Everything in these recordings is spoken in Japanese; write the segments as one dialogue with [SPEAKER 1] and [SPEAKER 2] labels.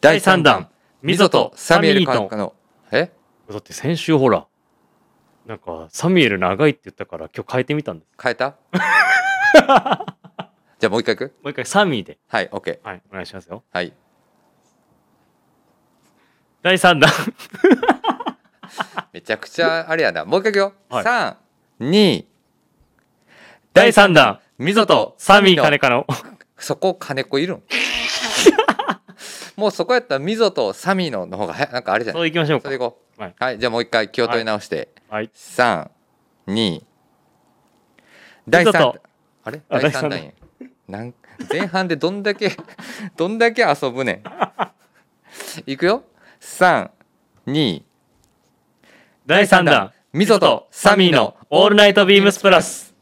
[SPEAKER 1] 第3弾
[SPEAKER 2] ミゾと
[SPEAKER 1] サミュエル
[SPEAKER 2] カ
[SPEAKER 1] 閣
[SPEAKER 2] ン
[SPEAKER 1] 下のえ
[SPEAKER 2] だって先週ほらなんかサミュエル長いって言ったから今日変えてみたんです
[SPEAKER 1] 変えた じゃあもう一回いく
[SPEAKER 2] もう一回サミーで
[SPEAKER 1] はい OK
[SPEAKER 2] はいお願いしますよ
[SPEAKER 1] はい
[SPEAKER 2] 第3弾
[SPEAKER 1] めちゃくちゃあれやなもう一回いくよ、
[SPEAKER 2] はい
[SPEAKER 1] 三二32
[SPEAKER 2] 第3弾
[SPEAKER 1] みぞと
[SPEAKER 2] サミー金かの
[SPEAKER 1] そこ金子い るんもうそこやったらみぞとサミのの方が早いなんかあれじゃな
[SPEAKER 2] そ
[SPEAKER 1] いう
[SPEAKER 2] いきましょう
[SPEAKER 1] そ
[SPEAKER 2] か
[SPEAKER 1] れでいこう
[SPEAKER 2] はい
[SPEAKER 1] はいじゃあもう一回気を取り直して、
[SPEAKER 2] はい
[SPEAKER 1] 三二第3
[SPEAKER 2] 二度と
[SPEAKER 1] あれ
[SPEAKER 2] あ
[SPEAKER 1] 第3弾やなん前半でどんだけ どんだけ遊ぶねんいくよ三二
[SPEAKER 2] 第3弾
[SPEAKER 1] みぞとサミーの
[SPEAKER 2] オールナイトビームスプラス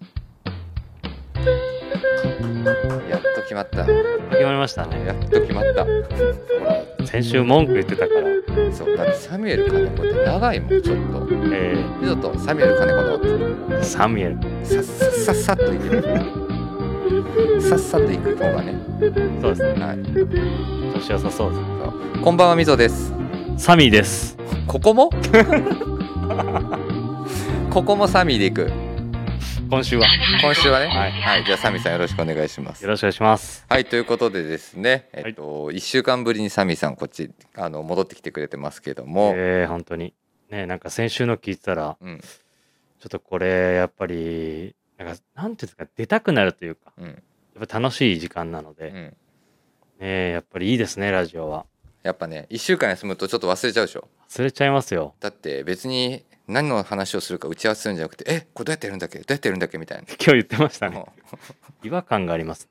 [SPEAKER 1] やっと決まった
[SPEAKER 2] 決まりましたね
[SPEAKER 1] やっと決まった
[SPEAKER 2] 先週文句言ってたから
[SPEAKER 1] そうだってサミュエル金子って長いもんちょっと
[SPEAKER 2] え
[SPEAKER 1] みぞとサミュエル金子の
[SPEAKER 2] ー、サミュエル
[SPEAKER 1] さっさっさっさっといくさっさっといく方がね
[SPEAKER 2] そうですね
[SPEAKER 1] はい
[SPEAKER 2] 調子良さそうで
[SPEAKER 1] そうこんばんはみぞです
[SPEAKER 2] すサミーです
[SPEAKER 1] ここも ここもサミーでいく
[SPEAKER 2] 今週は
[SPEAKER 1] 今週はねは、
[SPEAKER 2] はいい
[SPEAKER 1] じゃあサミーさんよろしくお願いします
[SPEAKER 2] よろしくお願いします
[SPEAKER 1] はいということでですねえっと、一1週間ぶりにサミーさんこっちあの戻ってきてくれてますけども、
[SPEAKER 2] えー、本当にねなんか先週の聞いてたら
[SPEAKER 1] うん
[SPEAKER 2] ちょっとこれやっぱりなんかなんていうんですか出たくなるというか
[SPEAKER 1] うん
[SPEAKER 2] やっぱ楽しい時間なの
[SPEAKER 1] う
[SPEAKER 2] で、ね
[SPEAKER 1] ん
[SPEAKER 2] えやっぱりいいですねラジオは
[SPEAKER 1] やっぱね1週間休むとちょっと忘れちゃうでしょ
[SPEAKER 2] 忘れちゃいますよ
[SPEAKER 1] だって別に何の話をするか打ち合わせするんじゃなくてえこれどうやってやるんだっけどうやってやるんだっけみたい
[SPEAKER 2] 今日言ってました
[SPEAKER 1] な、
[SPEAKER 2] ね違和感があります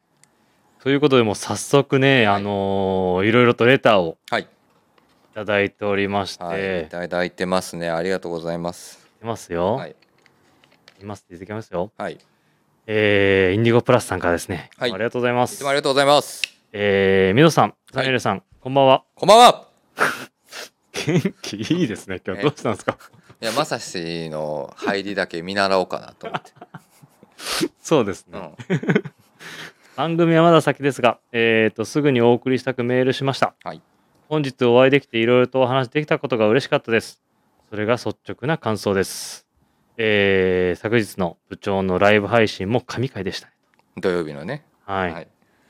[SPEAKER 2] ということでもう早速ね、
[SPEAKER 1] はい
[SPEAKER 2] あのーいろいろとレターを
[SPEAKER 1] はい
[SPEAKER 2] いただいておりまして、
[SPEAKER 1] はい、い
[SPEAKER 2] い、
[SPEAKER 1] ただいてますね。ありがとうございます。
[SPEAKER 2] ますよ、、
[SPEAKER 1] はいい、
[SPEAKER 2] ますいただきますよ
[SPEAKER 1] はい、い
[SPEAKER 2] えー、インディゴプラスさんからですね、
[SPEAKER 1] はい
[SPEAKER 2] ありがとうございま
[SPEAKER 1] つ
[SPEAKER 2] す
[SPEAKER 1] もありがとうございます。
[SPEAKER 2] えー、ミドさんサミュエルさん、こんばんは
[SPEAKER 1] こんばんは。
[SPEAKER 2] 元気いいですね今
[SPEAKER 1] え
[SPEAKER 2] 日どうしたんですか
[SPEAKER 1] いや、まさしの入りだけ見習おうかなと思って。
[SPEAKER 2] そうです
[SPEAKER 1] う
[SPEAKER 2] ね、
[SPEAKER 1] ん、
[SPEAKER 2] 番組はまだ先ですが、えー、とすぐにお送りしたくメールしました、
[SPEAKER 1] はい
[SPEAKER 2] 本日お会いできていろいろとお話できたことが嬉しかったですそれが率直な感想です、えー昨日の部長のライブ配信も神回でしたね
[SPEAKER 1] 土曜日のね。
[SPEAKER 2] はい、
[SPEAKER 1] はい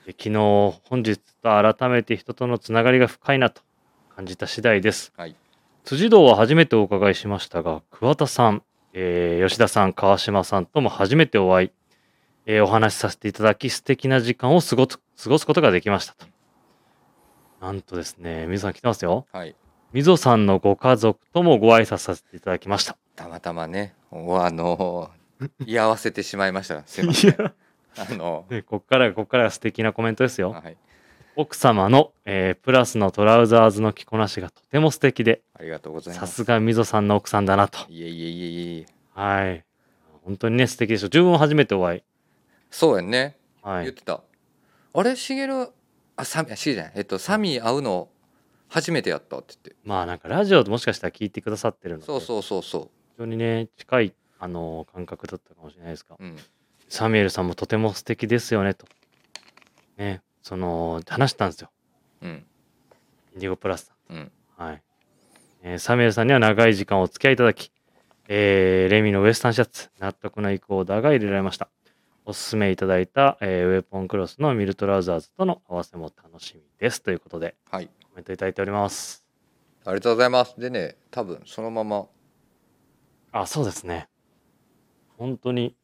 [SPEAKER 2] で昨日本日と改めて人とのつながりが深いなと感じた次第です、
[SPEAKER 1] はい
[SPEAKER 2] 辻堂は初めてお伺いしましたが桑田さん、えー吉田さん川島さんとも初めてお会い、えーお話しさせていただき素敵な時間を過ごす過ごすことができましたとなんとですねみぞさん来てますよ
[SPEAKER 1] はい。
[SPEAKER 2] みぞさんのご家族ともご挨拶させていただきました
[SPEAKER 1] たまたまね、おあのー、居合わせてしまいました。 すいません。
[SPEAKER 2] いや、
[SPEAKER 1] あの
[SPEAKER 2] ね、こっからこっからが素敵なコメントです
[SPEAKER 1] ー、
[SPEAKER 2] よ
[SPEAKER 1] はい、
[SPEAKER 2] 奥様の、えープラスのトラウザーズの着こなしがとても素敵で
[SPEAKER 1] ありがとうござい
[SPEAKER 2] さ
[SPEAKER 1] ます。
[SPEAKER 2] すがみぞさんの奥さんだなと
[SPEAKER 1] いえいえいえいえいえ。
[SPEAKER 2] はい本当にね素敵でしょ自分も初めてお会い
[SPEAKER 1] そうやんね。
[SPEAKER 2] は
[SPEAKER 1] 言っ
[SPEAKER 2] い
[SPEAKER 1] てた。あれ、しげる、あ、サミ、しげじゃない。えっと、サミ会うの初めてやったって言って。
[SPEAKER 2] まあなんかラジオもしかしたら聞いてくださってるので
[SPEAKER 1] そうそうそうそ
[SPEAKER 2] 非常にね近いあのー感覚だったかもしれないですが
[SPEAKER 1] う。うん。
[SPEAKER 2] サミュエルさんもとても素敵ですよねとねその話したんですよ
[SPEAKER 1] うん。
[SPEAKER 2] インディゴプラス
[SPEAKER 1] うん。
[SPEAKER 2] さんはい、えーサミュエルさんには長い時間お付き合いいただき、えーレミのウエスタンシャツ納得のいくオーダーが入れられましたおすすめいただいた、えーウェポンクロスのミルトラウザーズとの合わせも楽しみですということで
[SPEAKER 1] はい。
[SPEAKER 2] コメントいただいております
[SPEAKER 1] ありがとうございます。でね、多分そのまま、
[SPEAKER 2] あそうですね本当に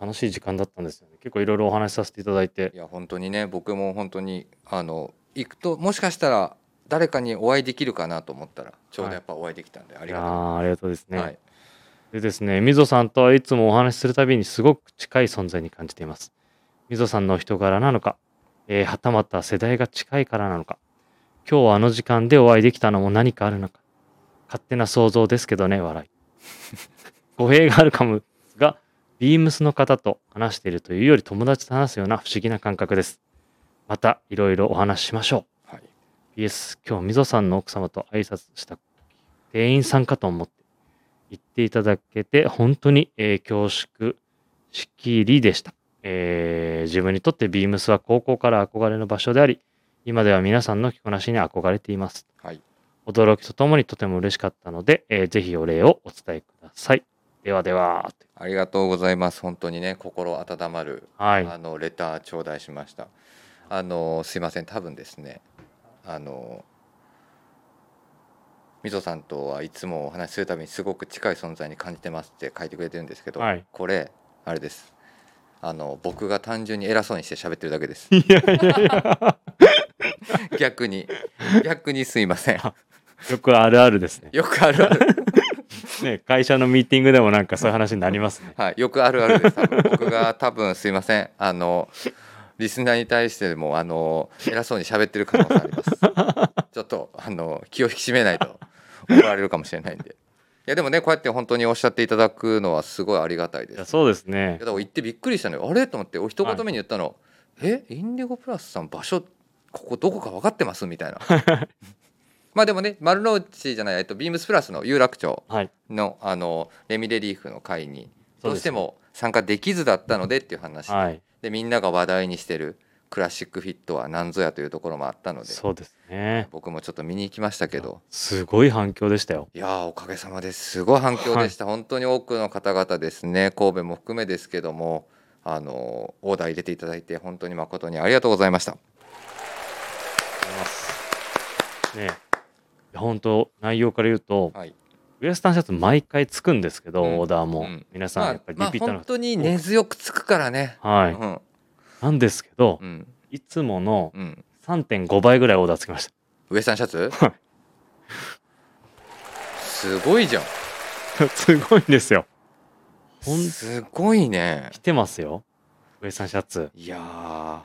[SPEAKER 2] 楽しい時間だったんですよね結構いろいろお話しさせていただいて
[SPEAKER 1] いや、本当にね、僕も本当に、あの、行くと、もしかしたら、誰かにお会いできるかなと思ったら、ちょうどやっぱお会いできたんで、あ
[SPEAKER 2] い
[SPEAKER 1] り
[SPEAKER 2] や
[SPEAKER 1] がと
[SPEAKER 2] ーありがとうです
[SPEAKER 1] う。
[SPEAKER 2] ね、
[SPEAKER 1] はい。
[SPEAKER 2] でですねみぞさんとはいつもお話しするたびにすごく近い存在に感じていますみぞさんのお人柄なのか、えーはたまた世代が近いからなのか今日はあの時間でお会いできたのも何かあるのか勝手な想像ですけどね 笑い語弊があるかもがビームスの方と話しているというより友達と話すような不思議な感覚ですまたいろいろお話ししましょう
[SPEAKER 1] はい。
[SPEAKER 2] PS 今日みぞさんの奥様と挨拶した店員さんかと思って言っていただけて本当に、えー恐縮しきりでした、えー自分にとってビームスは高校から憧れの場所であり今では皆さんの着こなしに憧れています。
[SPEAKER 1] はい
[SPEAKER 2] 驚きとともにとても嬉しかったので、えーぜひお礼をお伝えください。ではでは。
[SPEAKER 1] ありがとうございます本当にね心温まる
[SPEAKER 2] はい。
[SPEAKER 1] あのレター頂戴しました。あのすいません多分ですねあのみぞさんとはいつもお話しするたびにすごく近い存在に感じてますって書いてくれてるんですけど、
[SPEAKER 2] はい
[SPEAKER 1] これあれですあの僕が単純に偉そうにして喋ってるだけです
[SPEAKER 2] いやいやいや、
[SPEAKER 1] 逆に逆にすいません
[SPEAKER 2] よくあるあるですね。
[SPEAKER 1] よくあるある、
[SPEAKER 2] ね、会社のミーティングでもなんかそういう話になりますね。
[SPEAKER 1] はい、よくあるあるです多分僕が多分すいませんあのリスナーに対してもあの偉そうに喋ってる可能性あります ちょっとあの気を引き締めないと怒られるかもしれないんで。いやでもねこうやって本当におっしゃっていただくのはすごいありがたいで
[SPEAKER 2] い
[SPEAKER 1] す。い
[SPEAKER 2] や
[SPEAKER 1] や
[SPEAKER 2] そうですね
[SPEAKER 1] だ。から行ってびっくりしたのよあれと思ってお一言目に言ったの「えインディゴプラスさん場所ここどこか分かってます?」み たいな。まあでもね丸の内じゃないえっとビームスプラスの有楽町
[SPEAKER 2] はい。
[SPEAKER 1] のあのレミレリーフの会に
[SPEAKER 2] そう
[SPEAKER 1] どう
[SPEAKER 2] ですね
[SPEAKER 1] しても参加できずだったのでっていう話、
[SPEAKER 2] はい。
[SPEAKER 1] でみんなが話題にしてるクラシックフィットは何ぞやというところもあったので
[SPEAKER 2] そうですね。
[SPEAKER 1] 僕もちょっと見に行きましたけど
[SPEAKER 2] すごい反響でしたよ。
[SPEAKER 1] いやーおかげさまですすごい反響でした、本当に多くの方々ですね神戸も含めですけどもあのーオーダー入れていただいて本当に誠にありがとうございました
[SPEAKER 2] ありがとうございます。ねいや本当内容から言うと、
[SPEAKER 1] はい
[SPEAKER 2] ウエスタンシャツ毎回つくんですけど、
[SPEAKER 1] うん
[SPEAKER 2] オーダーも、
[SPEAKER 1] うん
[SPEAKER 2] 皆さん
[SPEAKER 1] ま
[SPEAKER 2] や
[SPEAKER 1] あ
[SPEAKER 2] っぱり
[SPEAKER 1] ま
[SPEAKER 2] リ
[SPEAKER 1] あ
[SPEAKER 2] ピーターの
[SPEAKER 1] 本
[SPEAKER 2] 方、
[SPEAKER 1] 当に根強くつくからね、
[SPEAKER 2] は
[SPEAKER 1] う
[SPEAKER 2] い、
[SPEAKER 1] ん
[SPEAKER 2] なんですけど、
[SPEAKER 1] うん
[SPEAKER 2] いつもの
[SPEAKER 1] うん
[SPEAKER 2] 3.5倍ぐらいオーダーつきました。
[SPEAKER 1] ウエスタンシャツ
[SPEAKER 2] はい
[SPEAKER 1] すごいじゃん
[SPEAKER 2] すごいんですよ。ほん
[SPEAKER 1] すごいね
[SPEAKER 2] 来てますよ。ウエスタンシャツ
[SPEAKER 1] いやー
[SPEAKER 2] 本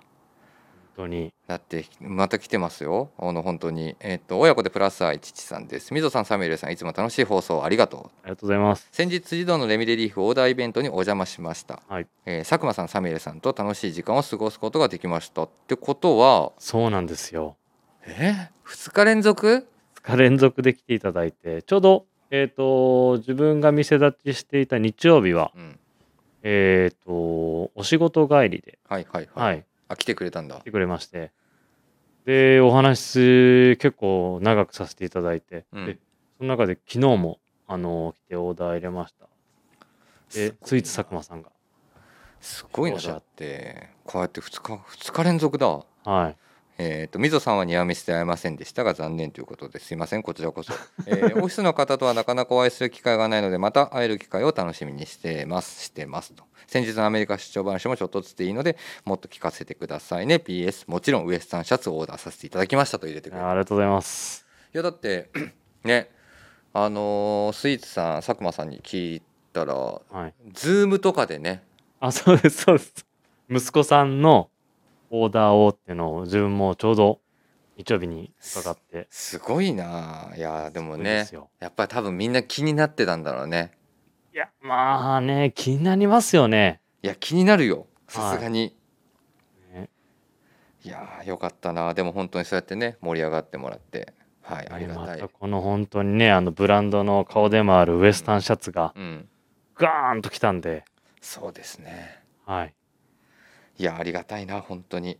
[SPEAKER 2] 当に
[SPEAKER 1] だってまた来てますよあの本当にえっ、と親子でプラス愛父さんですみぞさんサミュエルさんいつも楽しい放送ありがとう
[SPEAKER 2] ありがとうございます。
[SPEAKER 1] 先日児童のレミレリーフオーダーイベントにお邪魔しました、
[SPEAKER 2] はい
[SPEAKER 1] えー佐久間さんサミュエルさんと楽しい時間を過ごすことができましたってことは
[SPEAKER 2] そうなんですよ。
[SPEAKER 1] え2日連続
[SPEAKER 2] 2日連続で来ていただいて、ちょうどえっ、と自分が店立ちしていた日曜日は
[SPEAKER 1] うん
[SPEAKER 2] えっ、とお仕事帰りで、
[SPEAKER 1] はいはいはい、
[SPEAKER 2] はい、
[SPEAKER 1] あ来てくれたんだ
[SPEAKER 2] 来てくれましてでお話結構長くさせていただいて、
[SPEAKER 1] うん
[SPEAKER 2] でその中で昨日もあの来てオーダー入れましたです
[SPEAKER 1] ごいな
[SPEAKER 2] スイーツ佐久間さんが
[SPEAKER 1] すごいな
[SPEAKER 2] そうだ
[SPEAKER 1] だってこうやって2日2日連続だ
[SPEAKER 2] はい
[SPEAKER 1] えー、と溝さんはニアミスで会えませんでしたが残念ということですいませんこちら こそ、えーオフィスの方とはなかなかお会いする機会がないのでまた会える機会を楽しみにしてますしてますと先日のアメリカ出張話もちょっとずつでいいのでもっと聞かせてくださいね PS もちろんウエスタンシャツをオーダーさせていただきましたと入れてくれて
[SPEAKER 2] あありがとうございます
[SPEAKER 1] いやだって ねあのースイーツさん佐久間さんに聞いたら
[SPEAKER 2] はい
[SPEAKER 1] ズームとかでね
[SPEAKER 2] あそうですそうです息子さんのオーダーをっていうのを自分もちょうど日曜日に伺って
[SPEAKER 1] すごいなあいやでも
[SPEAKER 2] すごいで
[SPEAKER 1] ね
[SPEAKER 2] すよ
[SPEAKER 1] やっぱり多分みんな気になってたんだろうね
[SPEAKER 2] いやまあね気になりますよね
[SPEAKER 1] いや気になるよさすがに、
[SPEAKER 2] ね
[SPEAKER 1] い、やーよかったなでも本当にそうやってね盛り上がってもらってはいありがた
[SPEAKER 2] ま
[SPEAKER 1] い、
[SPEAKER 2] たこの本当にねあのブランドの顔でもあるウエスタンシャツが
[SPEAKER 1] うん
[SPEAKER 2] ガーンときたんで、
[SPEAKER 1] そうですね
[SPEAKER 2] はい、
[SPEAKER 1] いやありがたいな本当に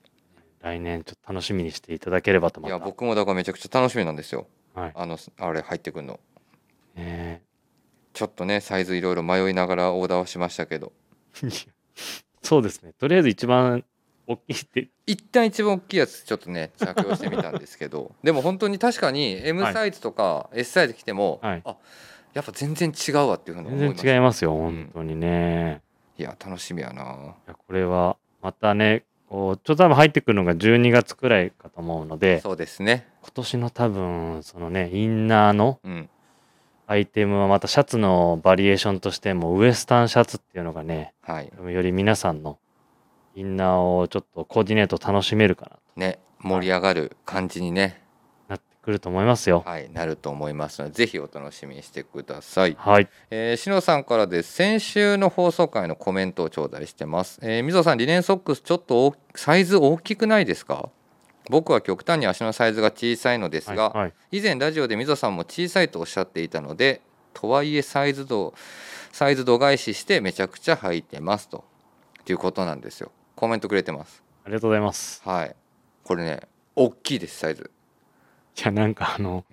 [SPEAKER 2] 来年ちょっと楽しみにしていただければと
[SPEAKER 1] い
[SPEAKER 2] また
[SPEAKER 1] や僕もだからめちゃくちゃ楽しみなんですよ
[SPEAKER 2] はい
[SPEAKER 1] あのあれ入ってくるの
[SPEAKER 2] ね
[SPEAKER 1] ちょっとねサイズいろいろ迷いながらオーダーをしましたけど
[SPEAKER 2] え そうですねとりあえず一番大きいって
[SPEAKER 1] 一旦一番大きいやつちょっとね着用してみたんですけ どでも本当に確かに M
[SPEAKER 2] はい
[SPEAKER 1] サイズとか S サイズ来ても、
[SPEAKER 2] はい
[SPEAKER 1] あやっぱ全然違うわっていうふうに思いま
[SPEAKER 2] 全
[SPEAKER 1] した
[SPEAKER 2] 然違います
[SPEAKER 1] ん
[SPEAKER 2] よ本当にね、
[SPEAKER 1] いや楽しみやない
[SPEAKER 2] やこれはまたねこうちょっと多分入ってくるのが12月くらいかと思うので
[SPEAKER 1] そうですね
[SPEAKER 2] 今年の多分そのねインナーの
[SPEAKER 1] うん
[SPEAKER 2] アイテムはまたシャツのバリエーションとしてもウエスタンシャツっていうのがね
[SPEAKER 1] はい
[SPEAKER 2] より皆さんのインナーをちょっとコーディネート楽しめるかなと
[SPEAKER 1] ね盛り上がる感じにね、
[SPEAKER 2] なってくると思いますよ。
[SPEAKER 1] はい、なると思いますのでぜひお楽しみにしてください、
[SPEAKER 2] はい。
[SPEAKER 1] えー、しのさんからです先週の放送回のコメントを頂戴してます、えー、みぞさんリネンソックスちょっと大きサイズ大きくないですか僕は極端に足のサイズが小さいのです
[SPEAKER 2] はい。
[SPEAKER 1] が、
[SPEAKER 2] はい
[SPEAKER 1] 以前ラジオでみぞさんも小さいとおっしゃっていたのでとはいえサイズ度サイズ度外視してめちゃくちゃ履いてますとということなんですよコメントくれてます
[SPEAKER 2] ありがとうございます。
[SPEAKER 1] はいこれね大きいですサイズ
[SPEAKER 2] いやなんかあの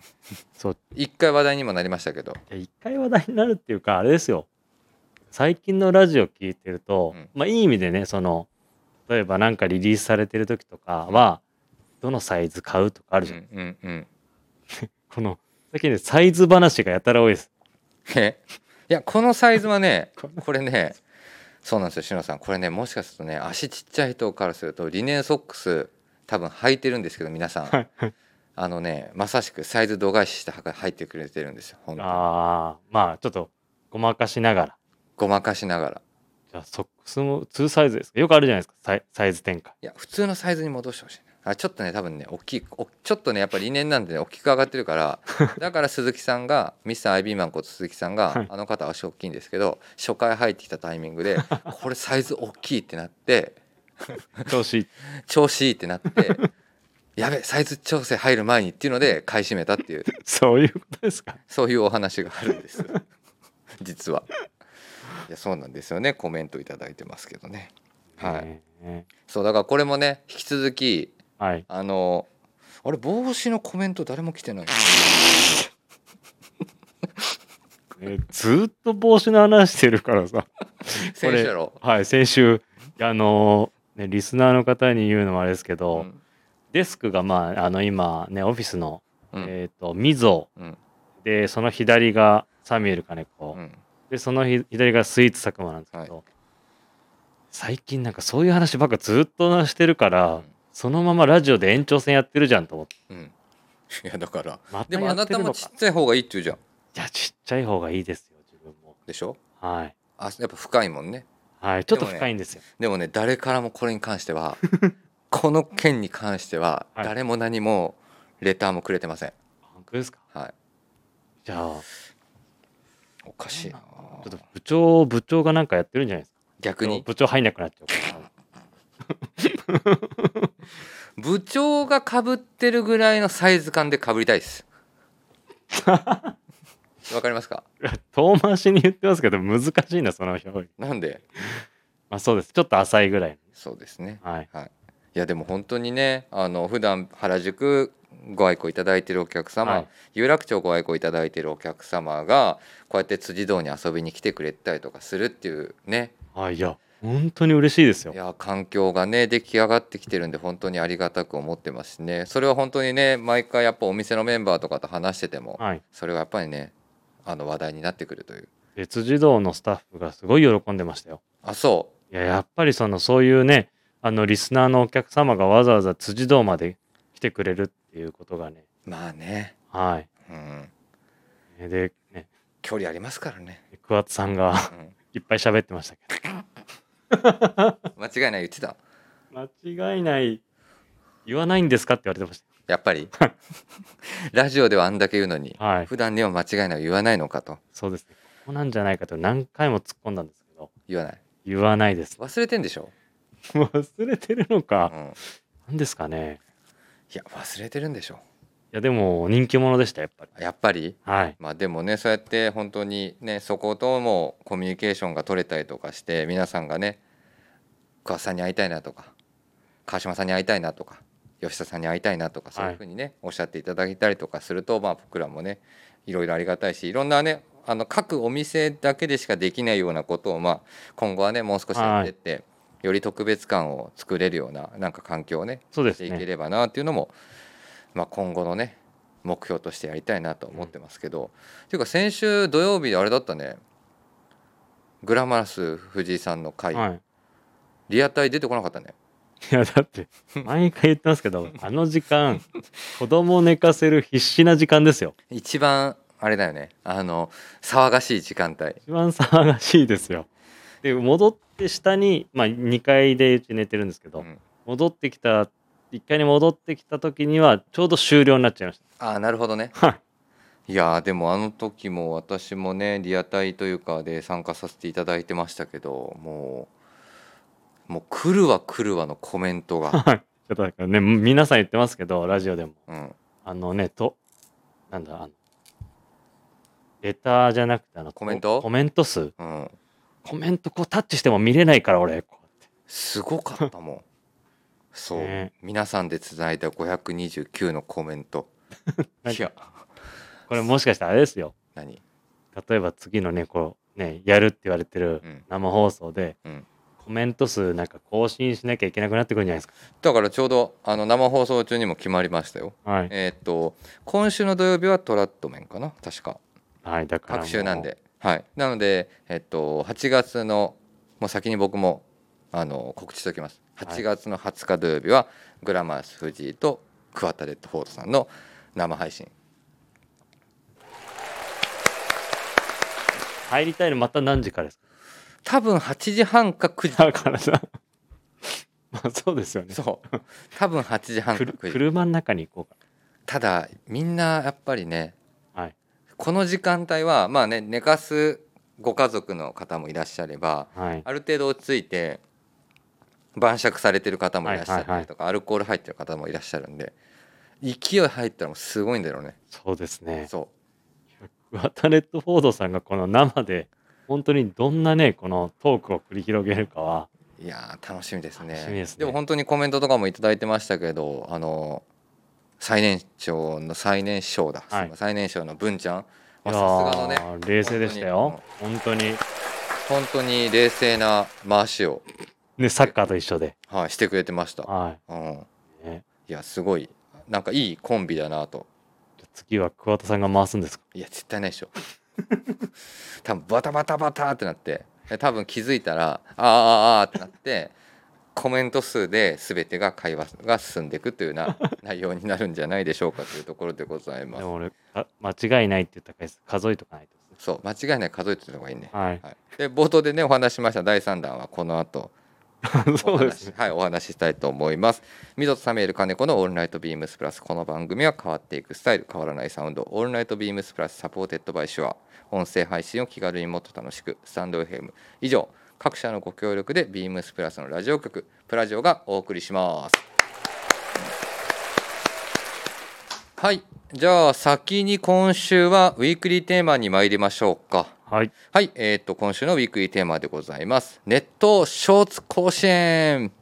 [SPEAKER 2] そう
[SPEAKER 1] 一回話題にもなりましたけど
[SPEAKER 2] いや一回話題になるっていうかあれですよ最近のラジオ聞いてると、
[SPEAKER 1] うん
[SPEAKER 2] まあいい意味でねその例えばなんかリリースされてる時とかはどのサイズ買うとかあ
[SPEAKER 1] う
[SPEAKER 2] る
[SPEAKER 1] ん
[SPEAKER 2] じゃ
[SPEAKER 1] う
[SPEAKER 2] ん、
[SPEAKER 1] んうん
[SPEAKER 2] この最近ねサイズ話がやたら多いです
[SPEAKER 1] え いやこのサイズは ねこれねそうなんですよしのさんこれねもしかするとね足ちっちゃい人からするとリネンソックス多分履いてるんですけど皆さんあのねまさしくサイズ度外視して履か履いてくれてるんですよほんと
[SPEAKER 2] あーまあちょっとごまかしながら
[SPEAKER 1] ごまかしながら
[SPEAKER 2] じゃあソックスも2サイズですかよくあるじゃないですかサイサイズ展開
[SPEAKER 1] いや普通のサイズに戻してほしいなあちょっとね多分ね大きいおちょっとねやっぱり理念なんでね大きく上がってるから だから鈴木さんがミスターアイビーマンこと鈴木さんが、
[SPEAKER 2] はい
[SPEAKER 1] あの方足大きいんですけど初回入ってきたタイミン グでこれサイズ大きいってなって
[SPEAKER 2] 調子いい
[SPEAKER 1] 調子いいってなってやべサイズ調整入る前にっていうので買い占めたっていう
[SPEAKER 2] そういうことですか
[SPEAKER 1] そういうお話があるんです 実はいやそうなんですよねコメントいただいてますけどねはい
[SPEAKER 2] ねえ
[SPEAKER 1] そうだからこれもね引き続き
[SPEAKER 2] はい
[SPEAKER 1] あのあれ帽子のコメント誰も来てない
[SPEAKER 2] えーずーっと帽子の話してるからさ
[SPEAKER 1] 選手やろ
[SPEAKER 2] はい、 先週、あのね、リスナーの方に言うのもあれですけ
[SPEAKER 1] う
[SPEAKER 2] ど、
[SPEAKER 1] ん
[SPEAKER 2] デスクが、まあ、あの今、ね、オフィスの、
[SPEAKER 1] うん
[SPEAKER 2] えっ、と、みぞ
[SPEAKER 1] うん
[SPEAKER 2] で、その左がサミュエル金
[SPEAKER 1] う
[SPEAKER 2] 子、
[SPEAKER 1] ん
[SPEAKER 2] で、そのひ左がスイーツ佐久間なんですけど、最近なんかそういう話ばっかずっとしてるから、
[SPEAKER 1] うん
[SPEAKER 2] そのままラジオで延長戦やってるじゃんと思って。
[SPEAKER 1] うんいやだから
[SPEAKER 2] ま
[SPEAKER 1] で
[SPEAKER 2] た
[SPEAKER 1] も
[SPEAKER 2] や
[SPEAKER 1] あ
[SPEAKER 2] っ
[SPEAKER 1] な
[SPEAKER 2] て
[SPEAKER 1] た
[SPEAKER 2] る
[SPEAKER 1] も
[SPEAKER 2] の
[SPEAKER 1] ち
[SPEAKER 2] か
[SPEAKER 1] っ。ちゃい方がいいって言うじゃん
[SPEAKER 2] いや、ちっちゃい方がいいですよ、自分も。
[SPEAKER 1] でしょ
[SPEAKER 2] はい。
[SPEAKER 1] あやっぱ深いもんね
[SPEAKER 2] はい、ちょっと
[SPEAKER 1] でもね
[SPEAKER 2] 深いんですよ。
[SPEAKER 1] でもね誰からもこれに関して はこの件に関しては
[SPEAKER 2] はい
[SPEAKER 1] 誰も何もレターもくれてません
[SPEAKER 2] 本当ですか
[SPEAKER 1] はい
[SPEAKER 2] じゃあ、
[SPEAKER 1] おかしいな
[SPEAKER 2] ちょっと部長、部長がなんかやってるんじゃないですか
[SPEAKER 1] 逆に
[SPEAKER 2] 部長入んなくなっちゃうから
[SPEAKER 1] 部長がかぶってるぐらいのサイズ感でかぶりたいです わかりますか
[SPEAKER 2] 遠回しに言ってますけど難しいなその表現
[SPEAKER 1] なんで
[SPEAKER 2] まあそうですちょっと浅いぐらい
[SPEAKER 1] そうですね
[SPEAKER 2] はい
[SPEAKER 1] いやでも本当にねあの普段原宿ご愛顧いただいてるお客様、
[SPEAKER 2] はい
[SPEAKER 1] 有楽町ご愛顧いただいてるお客様がこうやって辻堂に遊びに来てくれたりとかするっていうね
[SPEAKER 2] はいいや本当に嬉しいですよ
[SPEAKER 1] いや環境がね出来上がってきてるんで本当にありがたく思ってますしねそれは本当にね毎回やっぱお店のメンバーとかと話してても、
[SPEAKER 2] はい
[SPEAKER 1] それはやっぱりねあの話題になってくるという
[SPEAKER 2] 別児童のスタッフがすごい喜んでましたよ
[SPEAKER 1] あそ
[SPEAKER 2] いややっぱりそのそういうねあのリスナーのお客様がわざわざ辻堂まで来てくれるっていうことがね
[SPEAKER 1] うまあね
[SPEAKER 2] はい
[SPEAKER 1] うん
[SPEAKER 2] えでね
[SPEAKER 1] 距離ありますからね、
[SPEAKER 2] 桑田さんが
[SPEAKER 1] う
[SPEAKER 2] いっぱい喋ってましたけ
[SPEAKER 1] ん、間違いない言ってた
[SPEAKER 2] ど間違いない言わないんですかって言われてまし
[SPEAKER 1] やっぱり ラジオではあんだけ言うのに
[SPEAKER 2] たはい
[SPEAKER 1] 普段では間違いない言わないのかと
[SPEAKER 2] そうですね。ここなんじゃないかと何回も突っ込んだんですけど、
[SPEAKER 1] 言わない
[SPEAKER 2] 言わないです。
[SPEAKER 1] 忘れてんでしょ、
[SPEAKER 2] 忘れてるの
[SPEAKER 1] う
[SPEAKER 2] か。
[SPEAKER 1] ん、
[SPEAKER 2] 何ですかね。
[SPEAKER 1] いや忘れてるんでしょ
[SPEAKER 2] いや、でも人気者でした、やっぱり。
[SPEAKER 1] やっぱり
[SPEAKER 2] はい。
[SPEAKER 1] まあでもねそうやって本当にねそこともコミュニケーションが取れたりとかして皆さんがね桑田さんに会いたいなとか川島さんに会いたいなとか吉田さんに会いたいなとかそういうふうにね、おっしゃっていただいたりとかするとまあ僕らもねいろいろありがたいしいろんなねあの各お店だけでしかできないようなことをまあ今後はねもう少しやってって、より特別感を作れるようななんか環境をね
[SPEAKER 2] そうで
[SPEAKER 1] し
[SPEAKER 2] す
[SPEAKER 1] ていけ
[SPEAKER 2] ね。
[SPEAKER 1] ればなっていうのも、まあ、今後のね目標としてやりたいなと思ってますけど、っていうか先週土曜日あれだったねグラマラス藤井さんの回、
[SPEAKER 2] はい。
[SPEAKER 1] リアタイ出てこなかったね
[SPEAKER 2] いや、だ って、毎回言ってますけど、あの時間、子供寝かせる必死な時間ですよ。
[SPEAKER 1] 一番あれだよねあの騒がしい時間帯
[SPEAKER 2] 一番騒がしいですよ。で、戻って下に、まあ2階でうち寝てるんですけど、
[SPEAKER 1] うん
[SPEAKER 2] 戻ってきた、1階に戻ってきた時には、ちょうど終了になっちゃいまし
[SPEAKER 1] ああなるほどね
[SPEAKER 2] た。はい。
[SPEAKER 1] いやーでもあの時も私もねリアタイというかで参加させていただいてましたけどもうもう来るわ来るわのコメント が、
[SPEAKER 2] はい。ちょっとだからね、皆さん言ってますけど、ラジオでも。
[SPEAKER 1] うん、
[SPEAKER 2] あのね、と、なんだ、あの、レターじゃなくて、あの、
[SPEAKER 1] コメント
[SPEAKER 2] コメント数。
[SPEAKER 1] うん、
[SPEAKER 2] コメントこうタッチしても見れないから、俺、こうやって
[SPEAKER 1] すごかったもんそう、
[SPEAKER 2] ね
[SPEAKER 1] 皆さんでつないだ529のコメント
[SPEAKER 2] 何
[SPEAKER 1] いや
[SPEAKER 2] これもしかしてあれですよ。
[SPEAKER 1] 何
[SPEAKER 2] 例えば次のね、こう、ね、やるって言われてる
[SPEAKER 1] うん
[SPEAKER 2] 生放送で、
[SPEAKER 1] うん
[SPEAKER 2] コメント数なんか更新しなきゃいけなくなってくるんじゃないです
[SPEAKER 1] だからちょうどあの生放送中にも決まりましたよ
[SPEAKER 2] か。はい。
[SPEAKER 1] えーっと今週の土曜日はトラットメンかな確か
[SPEAKER 2] はい、だから。
[SPEAKER 1] 各週なん。ではいなのでえっと8月のもう先に僕もあの告知しておきます
[SPEAKER 2] はい
[SPEAKER 1] 8月の20日土曜日は、グラマース藤井と桑田レッドフォードさんの生配信
[SPEAKER 2] 入りたいのまた何時からですか
[SPEAKER 1] 多分8時半か9時
[SPEAKER 2] だからさ。まあそうですよね。
[SPEAKER 1] そう多分8時半か
[SPEAKER 2] くる
[SPEAKER 1] 9時
[SPEAKER 2] 車の中に行こう
[SPEAKER 1] ただみんなやっぱりね
[SPEAKER 2] か。はい。
[SPEAKER 1] この時間帯はまあね寝かすご家族の方もいらっしゃれば
[SPEAKER 2] はい。
[SPEAKER 1] ある程度落ち着いて晩酌されてる方もいらっしゃったりとか、アルコール入ってる方もいらっしゃるんで勢い入ったらもうすごいんだろうね
[SPEAKER 2] そうですね。
[SPEAKER 1] そ
[SPEAKER 2] ワタレット・フォードさんがこの生で本当にどんなねこのトークを繰り広げるかは
[SPEAKER 1] ういやー楽しみですね
[SPEAKER 2] 楽しみですね
[SPEAKER 1] も本当にコメントとかも頂いただいてましたけどあの最年長の最年少だ、
[SPEAKER 2] はい
[SPEAKER 1] 最年少の文ちゃん
[SPEAKER 2] い
[SPEAKER 1] まあ
[SPEAKER 2] や
[SPEAKER 1] さすがのね
[SPEAKER 2] ー冷静でしたよ本当に
[SPEAKER 1] 本当に冷静な回しを、
[SPEAKER 2] ねサッカーと一緒で
[SPEAKER 1] はい、してくれてました、
[SPEAKER 2] は
[SPEAKER 1] うん、
[SPEAKER 2] い、ね、
[SPEAKER 1] いやすごいなんかいいコンビだなと
[SPEAKER 2] じゃあ次は桑田さんが回すんですか
[SPEAKER 1] いや絶対ないでしょ 多分バタバタバタってなってで多分気づいたらあーあーあーってなってコメント数で全てが会話が進んでいくというよう な内容になるんじゃないでしょうかというところでございま
[SPEAKER 2] ですも俺あ間違いないって言った回数数えとかないとですね
[SPEAKER 1] そう間違いない数えてた方がいいね、
[SPEAKER 2] はい
[SPEAKER 1] はい、で冒頭でねお話ししました第3弾はこの後
[SPEAKER 2] そうですね
[SPEAKER 1] お話しはい、お話ししたいと思います。ミゾとサミュエル金子のオールナイトビームスプラス。この番組は変わっていくスタイル、変わらないサウンド。オールナイトビームスプラスサポーテッドバイシュア。音声配信を気軽にもっと楽しく。スタンド FM。以上、各社のご協力でビームスプラスのラジオ局、プラジオがお送りします。はい。じゃあ、先に今週はウィークリーテーマに参りましょうか。
[SPEAKER 2] はい
[SPEAKER 1] はい、えー、と今週のウィークリーテーマでございます。ネットショーツ甲子園。
[SPEAKER 2] こ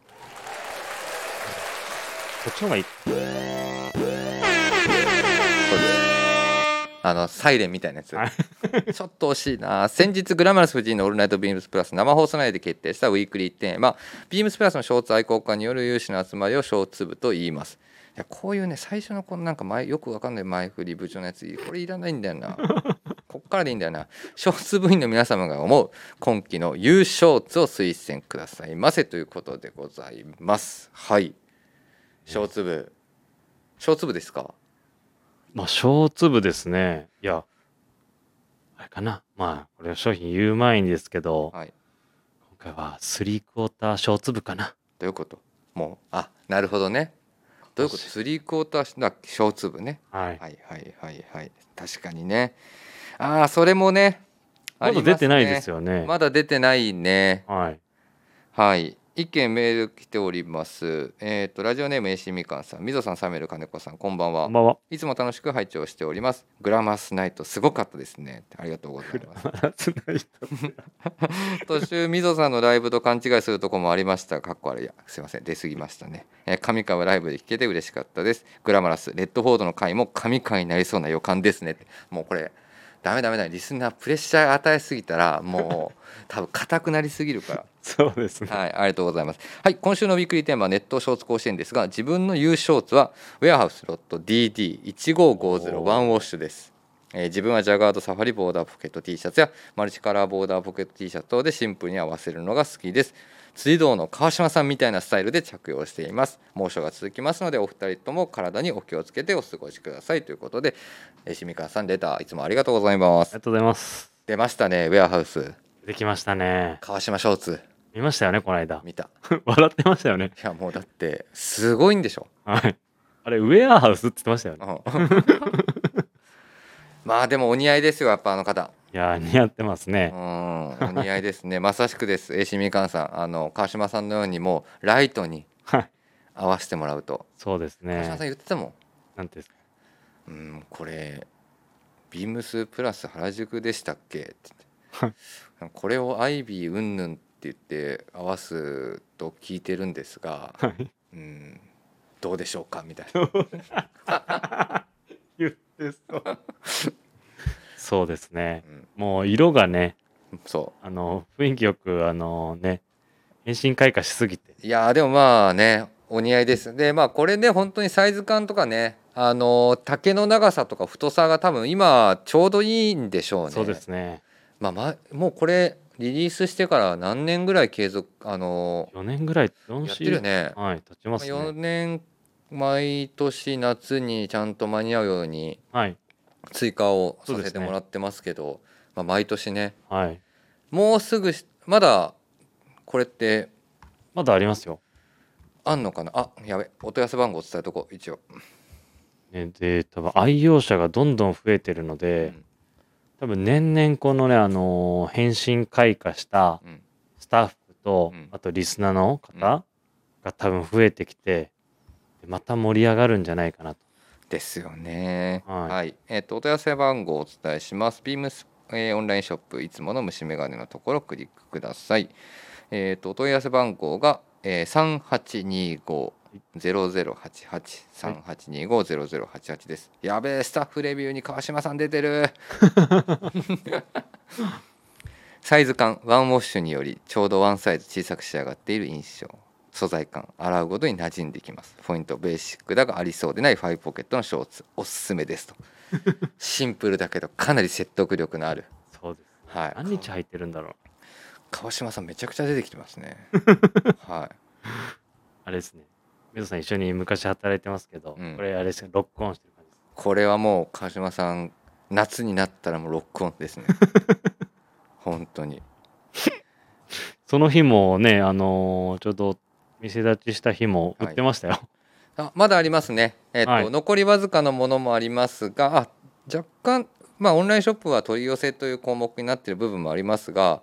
[SPEAKER 2] っちの方がいい
[SPEAKER 1] あのサイレンみたいなやつ
[SPEAKER 2] はい。
[SPEAKER 1] ちょっと惜しいな。先日グラマラス夫人のオールナイトビームスプラス生放送内で決定したウィークリーテーマ、ビームスプラスのショーツ愛好家による有志の集まりをショーツ部と言います。いやこういうね最初のこのなんか前よくわかんない前振り部長のやつこれいらないんだよ な。こっからでいいんだよな。ショーツ部員の皆様が思う今期の優勝ツを推薦くださいませということでございます。はい。ショーツ部。ショーツ部ですか。
[SPEAKER 2] まあ小粒ですねいやあれかなまあこれは商品言う前にですけど
[SPEAKER 1] はい。
[SPEAKER 2] 今回はスリークォーター小粒かな
[SPEAKER 1] どういうこともうあなるほどねどういうことスリークォーターだ小粒ね
[SPEAKER 2] はい
[SPEAKER 1] はいはいはいはい確かにねああそれもね
[SPEAKER 2] まだ出てないです
[SPEAKER 1] よ
[SPEAKER 2] よね
[SPEAKER 1] まだ出てないね
[SPEAKER 2] はい
[SPEAKER 1] はい意見メール来ておりますえっ、とラジオネーム AC みかんさんみぞさんサメル金子さんこんばんは
[SPEAKER 2] こんばんはい
[SPEAKER 1] つも楽しく拝聴しておりますグラマスナイトすごかったですねありがとうございます
[SPEAKER 2] 夏の人
[SPEAKER 1] 途中みぞさんのライブと勘違いするとこもありましたかっこ悪いいやすいません出過ぎましたね、えー、神回はライブで聴けて嬉しかったですグラマラスレッドフォードの回も神回になりそうな予感ですねってもうこれダメダメだリスナープレッシャー与えすぎたらもう多分硬くなりすぎるから
[SPEAKER 2] そうですね。
[SPEAKER 1] はい、ありがとうございます。はい、今週のウィークリーテーマはネットショーツ甲子園ですが、自分の優勝ツはウェアハウスロット DD15501 ワンウォッシュです。えー自分はジャガードサファリボーダーポケット T シャツやマルチカラーボーダーポケット T シャツ等でシンプルに合わせるのが好きです。辻堂の川島さんみたいなスタイルで着用しています。猛暑が続きますので、お二人とも体にお気をつけてお過ごしくださいということで、えー、清水川さんレターいつもありがとうございま
[SPEAKER 2] あり
[SPEAKER 1] す
[SPEAKER 2] が。とうございます。
[SPEAKER 1] 出ましたね、ウェアハウス
[SPEAKER 2] できましたね。
[SPEAKER 1] 川島ショーツ
[SPEAKER 2] 見ましたよね、この間。
[SPEAKER 1] 見た。
[SPEAKER 2] 笑ってましたよね。
[SPEAKER 1] いやもうだってすごいんでしょ、
[SPEAKER 2] はい。あれ、ウェアハウスって言ってましたよ
[SPEAKER 1] う
[SPEAKER 2] ね。
[SPEAKER 1] ん まあでもお似合いですよやっぱあの方
[SPEAKER 2] いやー、似合ってます
[SPEAKER 1] う
[SPEAKER 2] ね。
[SPEAKER 1] んお似合いですねまさしくです AC みかんさんあの川島さんのようにもうライトに
[SPEAKER 2] はい。
[SPEAKER 1] 合わせてもらうと、
[SPEAKER 2] そうです
[SPEAKER 1] 川島さん
[SPEAKER 2] ね。
[SPEAKER 1] 言ってたも
[SPEAKER 2] なんていうんですか。
[SPEAKER 1] んうんこれビームスプラス原宿でしたっけって言ってこれをアイビーうんぬんって言って合わすと聞いてるんですが
[SPEAKER 2] はい
[SPEAKER 1] うんどうでしょうかみたい な
[SPEAKER 2] 言ってそう。そうですね
[SPEAKER 1] う。ん
[SPEAKER 2] もう色がね、
[SPEAKER 1] そ
[SPEAKER 2] あの、雰囲気よく、あのね、変身開花しすぎて。
[SPEAKER 1] ういやーでもまあねお似合いですでまあこれで本当にサイズ感とかねあのー丈の長さとか太さが多分今ちょうどいいんでしょうね
[SPEAKER 2] そうですね。
[SPEAKER 1] まあ、まもうこれリリースしてから何年ぐらい継続あの
[SPEAKER 2] 4年ぐらい、
[SPEAKER 1] ー
[SPEAKER 2] 4
[SPEAKER 1] やっ
[SPEAKER 2] 週
[SPEAKER 1] てるよね
[SPEAKER 2] はい、経ち
[SPEAKER 1] ま
[SPEAKER 2] ま
[SPEAKER 1] あ
[SPEAKER 2] す
[SPEAKER 1] 4
[SPEAKER 2] ね。
[SPEAKER 1] 年毎年夏にちゃんと間に合うように
[SPEAKER 2] はい、
[SPEAKER 1] 追加を
[SPEAKER 2] そう
[SPEAKER 1] さ
[SPEAKER 2] ですね
[SPEAKER 1] せてもらってますけどまあ、毎年ね
[SPEAKER 2] はい。
[SPEAKER 1] もうすぐしまだこれって
[SPEAKER 2] まだありますよ。
[SPEAKER 1] あんのかなあやべお問い合わせ番号伝えとこう一応
[SPEAKER 2] ねで、多分愛用者がどんどん増えてるので、
[SPEAKER 1] うん
[SPEAKER 2] 多分年々このね、あのー変身開花した
[SPEAKER 1] うん
[SPEAKER 2] スタッフと、
[SPEAKER 1] うん
[SPEAKER 2] あとリスナーの
[SPEAKER 1] うん
[SPEAKER 2] 方が多分増えてきて、でまた盛り上がるんじゃないかなと。
[SPEAKER 1] ですよねは、
[SPEAKER 2] はいい
[SPEAKER 1] えっ、とお問い合わせ番号をお伝えしますビームス、えーオンラインショップいつもの虫眼鏡のところをクリックくださいえっ、とお問い合わせ番号が、えー、38250088 3825-0088です。やべえ、スタッフレビューに川島さん出て る。サイズ感、ワンウォッシュにより、ちょうどワンサイズ小さく仕上がっている印象。素材感洗うごとに馴染んできますポイントベーシックだがありそうでないファイブポケットのショーツおすすめです とシンプルだけどかなり説得力のある
[SPEAKER 2] そうです。
[SPEAKER 1] はい
[SPEAKER 2] 何日入ってるんだろう。
[SPEAKER 1] 川島さんめちゃくちゃ出てきてます ねは
[SPEAKER 2] あれですね。水野さん一緒に昔働いてますけど、
[SPEAKER 1] うん
[SPEAKER 2] これあれですね、ロックオンしてる感じです
[SPEAKER 1] い。これはもう川島さん夏になったらもうロックオンです ね本当に
[SPEAKER 2] その日もね、あのーちょうど店立ちした日も売ってましたよ。
[SPEAKER 1] あまだありますね、えっと
[SPEAKER 2] はい
[SPEAKER 1] 残りわずかのものもありますがあ若干、まあ、オンラインショップは取り寄せという項目になっている部分もありますが、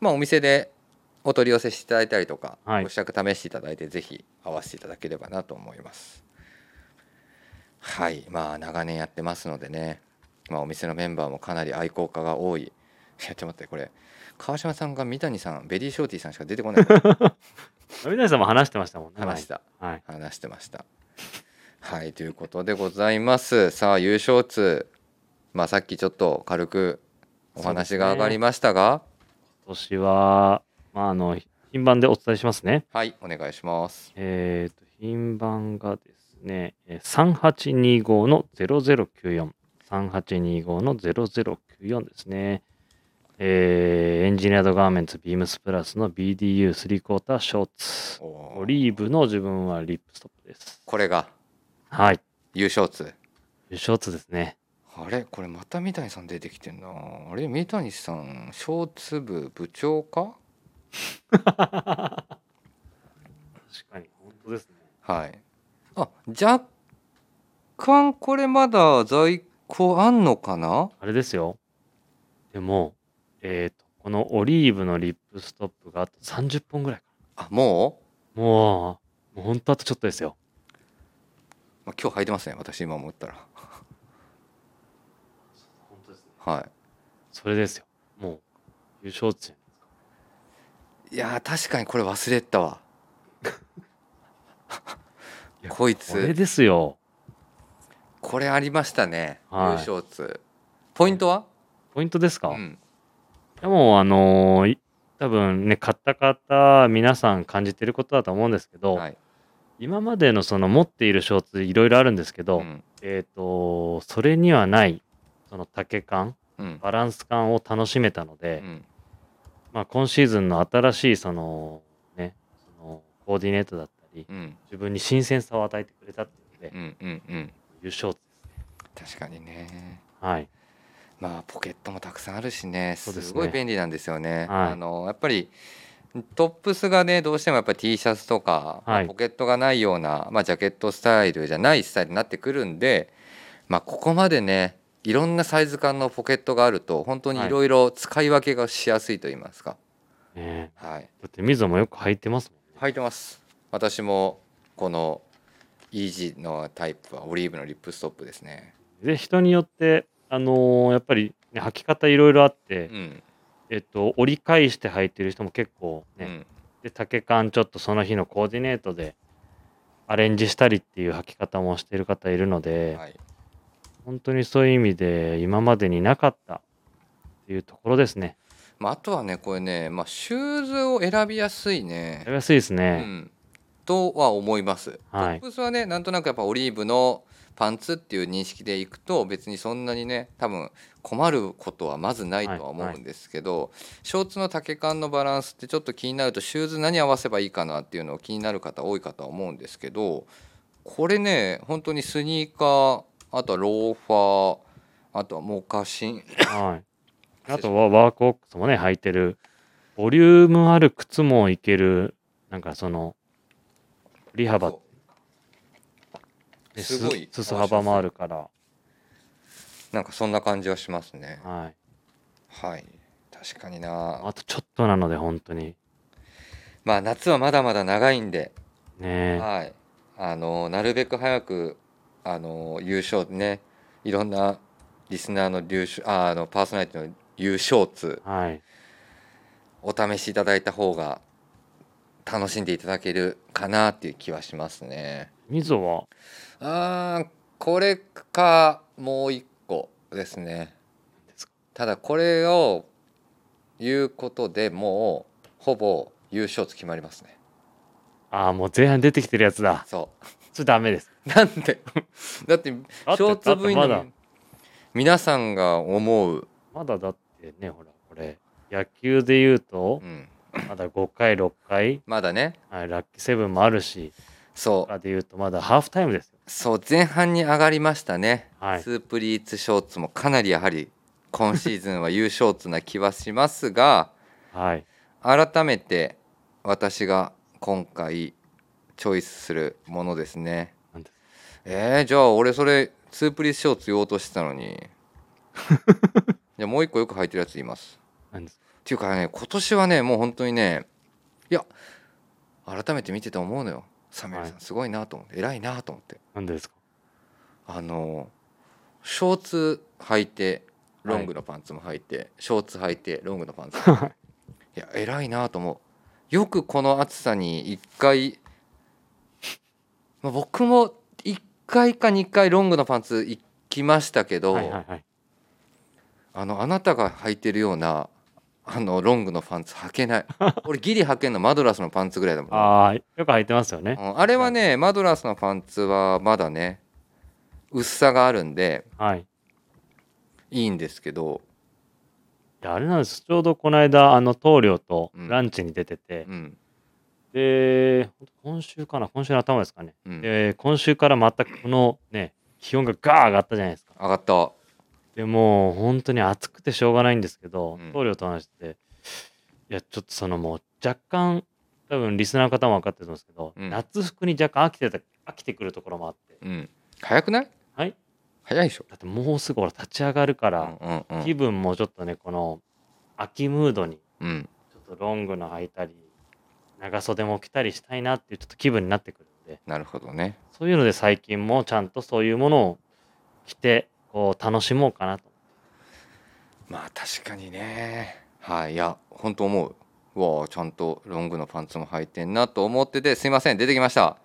[SPEAKER 1] まあ、お店でお取り寄せしていただいたりとか、
[SPEAKER 2] はい
[SPEAKER 1] ご試着試していただいてぜひ合わせていただければなと思いますはいまあ長年やってますのでね、まあ、お店のメンバーもかなり愛好家が多い いやちょっと待ってこれ川島さんが三谷さんベリーショーティーさんしか出てこない
[SPEAKER 2] 富谷さんも話してましたもんね。
[SPEAKER 1] 話した
[SPEAKER 2] 前に。はい。
[SPEAKER 1] 話してました。はいということでございます。さあ優勝通、まあ、さっきちょっと軽くお話が上がりましたが、
[SPEAKER 2] 今年は、まあ、あの、品番でお伝えしますね。
[SPEAKER 1] はいお願いします。
[SPEAKER 2] えっ、と、品番がですね、えー3825の0094。3825の0094ですね。えーエンジニアードガーメンツビームスプラスの BDU スリークォーターショーツ。
[SPEAKER 1] お
[SPEAKER 2] オリーブの自分はリップストップです。
[SPEAKER 1] これが
[SPEAKER 2] はい。
[SPEAKER 1] 優勝通。
[SPEAKER 2] ショーツですね。
[SPEAKER 1] あれこれまた三谷さん出てきてんな。あれ三谷さん小粒部長か？
[SPEAKER 2] 確かに、本当ですね。
[SPEAKER 1] はい。あ若干これまだ在庫あんのかな？
[SPEAKER 2] あれですよ。でも、えっ、と、このオリーブのリップストップがあと30本ぐらいか
[SPEAKER 1] あも
[SPEAKER 2] な。もう、もう本当あとちょっとですよ。
[SPEAKER 1] う、まあ、今日履いてますね私今思ったら。
[SPEAKER 2] 本当ですね。
[SPEAKER 1] はい。
[SPEAKER 2] それですよ。もう、優勝地。
[SPEAKER 1] いやー確かにこれ忘れてたわ
[SPEAKER 2] いや
[SPEAKER 1] こい
[SPEAKER 2] これ
[SPEAKER 1] つ
[SPEAKER 2] ですよ。
[SPEAKER 1] これありましたね、
[SPEAKER 2] はい
[SPEAKER 1] 優勝通ポイントは、
[SPEAKER 2] ポイントですか、
[SPEAKER 1] うん、
[SPEAKER 2] でも、あのーい多分ね、買った方、皆さん感じてることだと思うんですけど、
[SPEAKER 1] はい、
[SPEAKER 2] 今までのその持っているショーツ、いろいろあるんですけど、
[SPEAKER 1] うん
[SPEAKER 2] えっ、と、それにはない、その丈感、
[SPEAKER 1] うん
[SPEAKER 2] バランス感を楽しめたの
[SPEAKER 1] う
[SPEAKER 2] で、
[SPEAKER 1] ん
[SPEAKER 2] まあ、今シーズンの新しいその、ね、そのコーディネートだったり、
[SPEAKER 1] うん
[SPEAKER 2] 自分に新鮮さを与えてくれたっていうので、
[SPEAKER 1] うんうんうん
[SPEAKER 2] 優勝です
[SPEAKER 1] 確
[SPEAKER 2] ね。
[SPEAKER 1] かにね
[SPEAKER 2] はい。
[SPEAKER 1] まあポケットもたくさんあるしね
[SPEAKER 2] そうですね
[SPEAKER 1] すごい便利なんですよね、
[SPEAKER 2] はい
[SPEAKER 1] あのやっぱりトップスがねどうしてもやっぱり T シャツとか、まあ
[SPEAKER 2] はい
[SPEAKER 1] ポケットがないような、まあ、ジャケットスタイルじゃないスタイルになってくるんで、まあ、ここまでねいろんなサイズ感のポケットがあると本当にいろいろ使い分けがしやすいと言いますか、
[SPEAKER 2] ねえ
[SPEAKER 1] はい、
[SPEAKER 2] だって、水野もよく履いてますもんね。
[SPEAKER 1] 履いてます私もこのイージーのタイプはオリーブのリップストップですね、
[SPEAKER 2] で、人によって、あのーやっぱり、ね、履き方いろいろあっ
[SPEAKER 1] う
[SPEAKER 2] て、
[SPEAKER 1] ん
[SPEAKER 2] えっと、折り返して履いてる人も結構
[SPEAKER 1] う
[SPEAKER 2] ね、
[SPEAKER 1] ん
[SPEAKER 2] で、丈感ちょっとその日のコーディネートで、アレンジしたりっていう履き方もしている方いるので、
[SPEAKER 1] はい、
[SPEAKER 2] 本当にそういう意味で今までになかったっていうところですね。
[SPEAKER 1] まあ、あとはねこれね、まあ、シューズを選びやすい
[SPEAKER 2] や
[SPEAKER 1] ね
[SPEAKER 2] り、やすいです
[SPEAKER 1] う
[SPEAKER 2] ね。
[SPEAKER 1] ん、とは思います、
[SPEAKER 2] は い
[SPEAKER 1] トップスはねなんとなくやっぱオリーブのパンツっていう認識でいくと別にそんなにね多分困ることはまずないとは思うんですけど、ショーツの丈感のバランスってちょっと気になるとシューズ何合わせばいいかなっていうのを気になる方多いかとは思うんですけどこれね本当にスニーカーあとはローファーあとはモカシン
[SPEAKER 2] はい、あとはワークオックスもね履いてるボリュームある靴もいけるなんかその振り幅です
[SPEAKER 1] ごい
[SPEAKER 2] 裾幅もあるから、
[SPEAKER 1] なんかそんな感じはしますね。
[SPEAKER 2] はい、
[SPEAKER 1] はい確かにな
[SPEAKER 2] あとちょっとなので本当に
[SPEAKER 1] まあ夏はまだまだ長いんで
[SPEAKER 2] ね
[SPEAKER 1] はい、あのなるべく早くあの優勝ねいろんなリスナーの優勝ああのパーソナリティの優勝通
[SPEAKER 2] はい
[SPEAKER 1] お試しいただいた方が楽しんでいただけるかなっていう気はしますね。
[SPEAKER 2] みぞは
[SPEAKER 1] あーこれかもう一個ですね
[SPEAKER 2] ですか。
[SPEAKER 1] ただこれを言うことでもうほぼ優勝つ決まりますね。
[SPEAKER 2] ああもう前半出てきてるやつだ
[SPEAKER 1] そう
[SPEAKER 2] それダメです
[SPEAKER 1] なんで だって
[SPEAKER 2] だって
[SPEAKER 1] ショーツ部員
[SPEAKER 2] だってまだ
[SPEAKER 1] の皆さんが思う、
[SPEAKER 2] まだだってねほらこれ野球で言うと
[SPEAKER 1] うん
[SPEAKER 2] まだ5回6回、
[SPEAKER 1] まだね
[SPEAKER 2] はい、ラッキーセブンもあるし
[SPEAKER 1] そ
[SPEAKER 2] と
[SPEAKER 1] う
[SPEAKER 2] かで言うとまだハーフタイムですよ
[SPEAKER 1] そう前半に上がりましたね、
[SPEAKER 2] はい
[SPEAKER 1] スープリーツショーツもかなりやはり今シーズンは優勝ツな気はします が
[SPEAKER 2] はい
[SPEAKER 1] 改めて私が今回チョイスするものですね
[SPEAKER 2] なんです
[SPEAKER 1] えー、じゃあ俺それスープリーツショーツ言おうとしてたの にじゃあもう一個よく履いてるやつ言います
[SPEAKER 2] なんです
[SPEAKER 1] っていうかね今年はねもう本当にねいや改めて見てて思うのよサミュエルさ
[SPEAKER 2] は
[SPEAKER 1] んすごいなと思って偉いなと思って
[SPEAKER 2] なんでですか
[SPEAKER 1] あのショーツ履いてロングのパンツも履いて、ショーツ履いてロングのパンツも履いていや偉いなと思うよくこの暑さに1回、まあ、僕も1回か2回ロングのパンツ行きましたけど、
[SPEAKER 2] はいはいはい
[SPEAKER 1] あのあなたが履いてるようなあのロングのパンツ履けない 俺ギリ履けんのマドラスのパンツぐらいだもんあ,、
[SPEAKER 2] ああ、よく履いてますよね
[SPEAKER 1] う。ん、あれはねマドラスのパンツはまだね薄さがあるんで
[SPEAKER 2] はい。
[SPEAKER 1] いいんですけど、
[SPEAKER 2] であれなんです。ちょうどこの間、あの、棟梁と
[SPEAKER 1] うん
[SPEAKER 2] ランチに出てて、
[SPEAKER 1] うん
[SPEAKER 2] で、今週かな今週の頭ですかね。
[SPEAKER 1] うん、上
[SPEAKER 2] で、今週からまたこのね、気温がガー上がったじゃないですか。
[SPEAKER 1] がった
[SPEAKER 2] でもう、本当に暑くてしょうがないんですけど
[SPEAKER 1] うん、
[SPEAKER 2] 棟梁と話してて、いや、ちょっとそのもう、若干、多分リスナーの方も分かってると思うんですけど、
[SPEAKER 1] うん
[SPEAKER 2] 夏服に若干飽きてた、飽きてくるところもあって、
[SPEAKER 1] うん早くない
[SPEAKER 2] はい
[SPEAKER 1] 早いでしょ、
[SPEAKER 2] だってもうすぐほら立ち上がるか
[SPEAKER 1] う
[SPEAKER 2] ら、
[SPEAKER 1] んうん
[SPEAKER 2] 気分もちょっとね、この、秋ムードに
[SPEAKER 1] うんうん、
[SPEAKER 2] ちょっとロングの履いたり、長袖も着たりしたいなっていうちょっと気分になってくるんで、
[SPEAKER 1] なるほどね
[SPEAKER 2] そういうので最近もちゃんとそういうものを着て、こう楽しもうかなと。
[SPEAKER 1] まあ確かにねはいいや本当思ううわあちゃんとロングのパンツも履いてんなと思っててすいません出てきました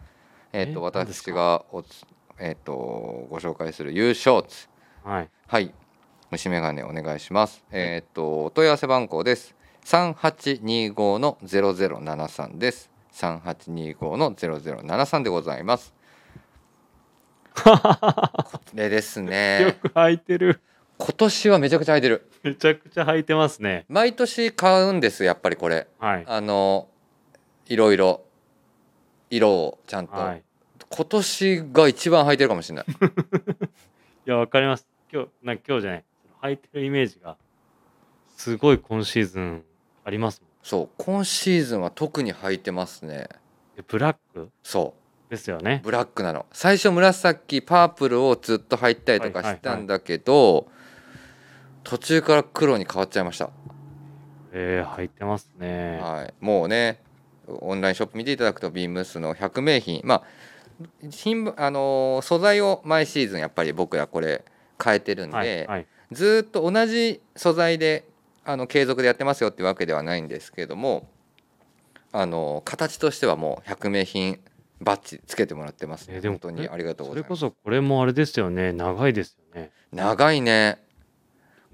[SPEAKER 1] えっ、と
[SPEAKER 2] え何です
[SPEAKER 1] 私
[SPEAKER 2] か
[SPEAKER 1] がおつえっ、とご紹介する優勝ツ
[SPEAKER 2] はい。
[SPEAKER 1] はい虫眼鏡お願いしますえっ、とお問い合わせ番号です3825の0073です3825の0073でございます これです
[SPEAKER 2] よ
[SPEAKER 1] ね
[SPEAKER 2] く履いてる。
[SPEAKER 1] 今年はめちゃくちゃ履いてる
[SPEAKER 2] めちゃくちゃ履いてますね。
[SPEAKER 1] 毎年買うんですやっぱりこれ
[SPEAKER 2] はい。
[SPEAKER 1] あのいろいろ色をちゃんと、
[SPEAKER 2] はい。
[SPEAKER 1] 今年が一番履いてるかもし れない
[SPEAKER 2] いや、わかります。今日、なんか今日じゃない。履いてるイメージが、すごい今シーズンありますもん。
[SPEAKER 1] そう今シーズンは特に履いてますね
[SPEAKER 2] でブラック
[SPEAKER 1] そ
[SPEAKER 2] ですよ
[SPEAKER 1] う
[SPEAKER 2] ね。
[SPEAKER 1] ブラックなの最初紫パープルをずっと履いたりとかしたんだけど、途中から黒に変わっちゃいました、
[SPEAKER 2] えー、履いてますね。
[SPEAKER 1] はい、もうねオンラインショップ見ていただくとビームスの100名品まあ品あのー素材を毎シーズンやっぱり僕らこれ変えてるんで、
[SPEAKER 2] はい。はい。
[SPEAKER 1] ずーっと同じ素材であの継続でやってますよっていうわけではないんですけれどもあの形としてはもう100名品バッチつけてもらってます、
[SPEAKER 2] えーでも
[SPEAKER 1] 本当にありがとうござ
[SPEAKER 2] そ
[SPEAKER 1] い
[SPEAKER 2] れ
[SPEAKER 1] ま
[SPEAKER 2] こ
[SPEAKER 1] す
[SPEAKER 2] そこれもあれですよね長いですよね
[SPEAKER 1] 長いね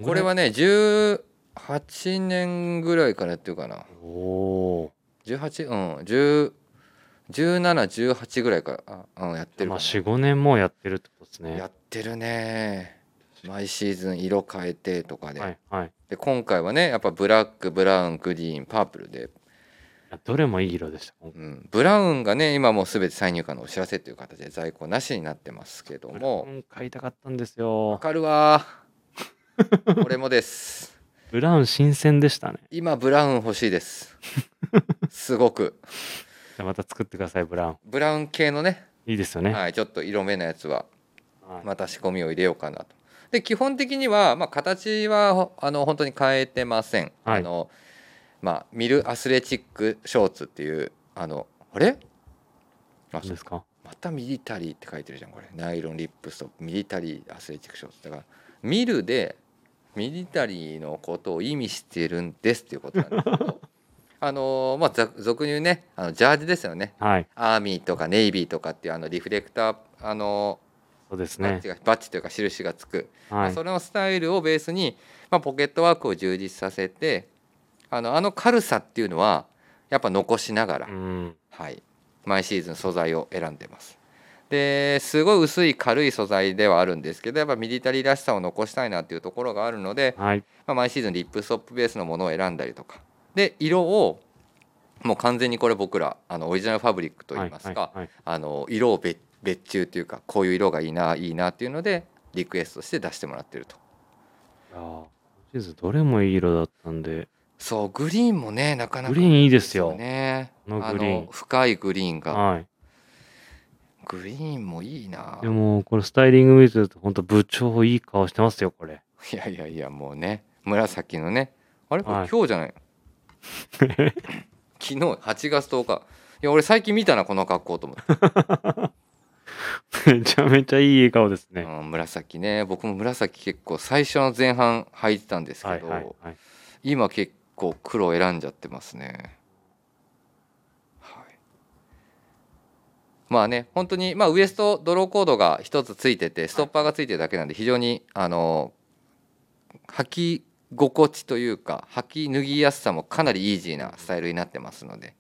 [SPEAKER 1] これはね18年ぐらいからやってるかな
[SPEAKER 2] おお
[SPEAKER 1] 18うん10 1718ぐらいからあ、うん、やって
[SPEAKER 2] ー
[SPEAKER 1] る
[SPEAKER 2] ま
[SPEAKER 1] か
[SPEAKER 2] あ
[SPEAKER 1] な
[SPEAKER 2] 45年もやってるってことです
[SPEAKER 1] や
[SPEAKER 2] ね
[SPEAKER 1] ってるね毎シーズン色変えてとかで,、
[SPEAKER 2] はいはい
[SPEAKER 1] で今回はねやっぱブラックブラウングリーンパープルで、
[SPEAKER 2] いやどれもいい色でした今回
[SPEAKER 1] うん、ブラウンがね今もう全て再入荷のお知らせという形で在庫なしになってますけども
[SPEAKER 2] ブラウン買いたかったんです
[SPEAKER 1] わ
[SPEAKER 2] よ
[SPEAKER 1] かる わー俺もです
[SPEAKER 2] ブラウン新鮮でしたね
[SPEAKER 1] 今ブラウン欲しいです すごく
[SPEAKER 2] じゃあまた作ってくださいブラウン
[SPEAKER 1] ブラウン系のね、
[SPEAKER 2] いいですよね、
[SPEAKER 1] はい、ちょっと色目のやつは
[SPEAKER 2] はい
[SPEAKER 1] また仕込みを入れようかなと。で基本的には、まあ、形はほあの本当に変えてません。
[SPEAKER 2] はい
[SPEAKER 1] あのまあ、ミル・アスレチック・ショーツっていうあのあれあ
[SPEAKER 2] どうですか
[SPEAKER 1] またミリタリーって書いてるじゃんこれナイロンリップストップミリタリー・アスレチック・ショーツだからミルでミリタリーのことを意味してるんですっていうことなんですけ どあのまあざ俗に言うねあのジャージですよね
[SPEAKER 2] はい
[SPEAKER 1] アーミーとかネイビーとかっていうあのリフレクターあの
[SPEAKER 2] そうです
[SPEAKER 1] バッ
[SPEAKER 2] ね
[SPEAKER 1] ジが、バッジというか印がつく、ま
[SPEAKER 2] は
[SPEAKER 1] あ
[SPEAKER 2] い
[SPEAKER 1] それのスタイルをベースに、まあ、ポケットワークを充実させてあのあの軽さっていうのはやっぱ残しながら、
[SPEAKER 2] うん
[SPEAKER 1] はい、毎シーズン素材を選んでます。ですごい薄い軽い素材ではあるんですけどやっぱミリタリーらしさを残したいなっていうところがあるので、
[SPEAKER 2] はい
[SPEAKER 1] まあ、毎シーズンリップストップベースのものを選んだりとかで色をもう完全にこれ僕らあのオリジナルファブリックといいますか、
[SPEAKER 2] はいはいはい
[SPEAKER 1] あの色を別別注というかこういう色がいいないいなっていうのでリクエストして出してもらってると
[SPEAKER 2] いやーチーズどれもいい色だったんで
[SPEAKER 1] そうグリーンもねなかなか
[SPEAKER 2] グリーンいいですよ
[SPEAKER 1] ね
[SPEAKER 2] このグリーン
[SPEAKER 1] あの深いグリーンが
[SPEAKER 2] はい
[SPEAKER 1] グリーンもいいな
[SPEAKER 2] でもこれスタイリング見てると本当部長いい顔してますよ これ
[SPEAKER 1] いやいやいやもうね紫のねあれこれ
[SPEAKER 2] はい
[SPEAKER 1] 今日じゃない、 昨日8月10日いや俺最近見たなこの格好と思って
[SPEAKER 2] めちゃめちゃいい笑顔ですね、
[SPEAKER 1] うん、紫ね僕も紫結構最初の前半履いてたんですけ
[SPEAKER 2] はい
[SPEAKER 1] ど、
[SPEAKER 2] はいはい
[SPEAKER 1] 今結構黒選んじゃってますねはいまあね本当にまあウエストドローコードが一つついててストッパーがついてるだけなんで非常にあの履き心地というか履き脱ぎやすさもかなりイージーなスタイルになってますので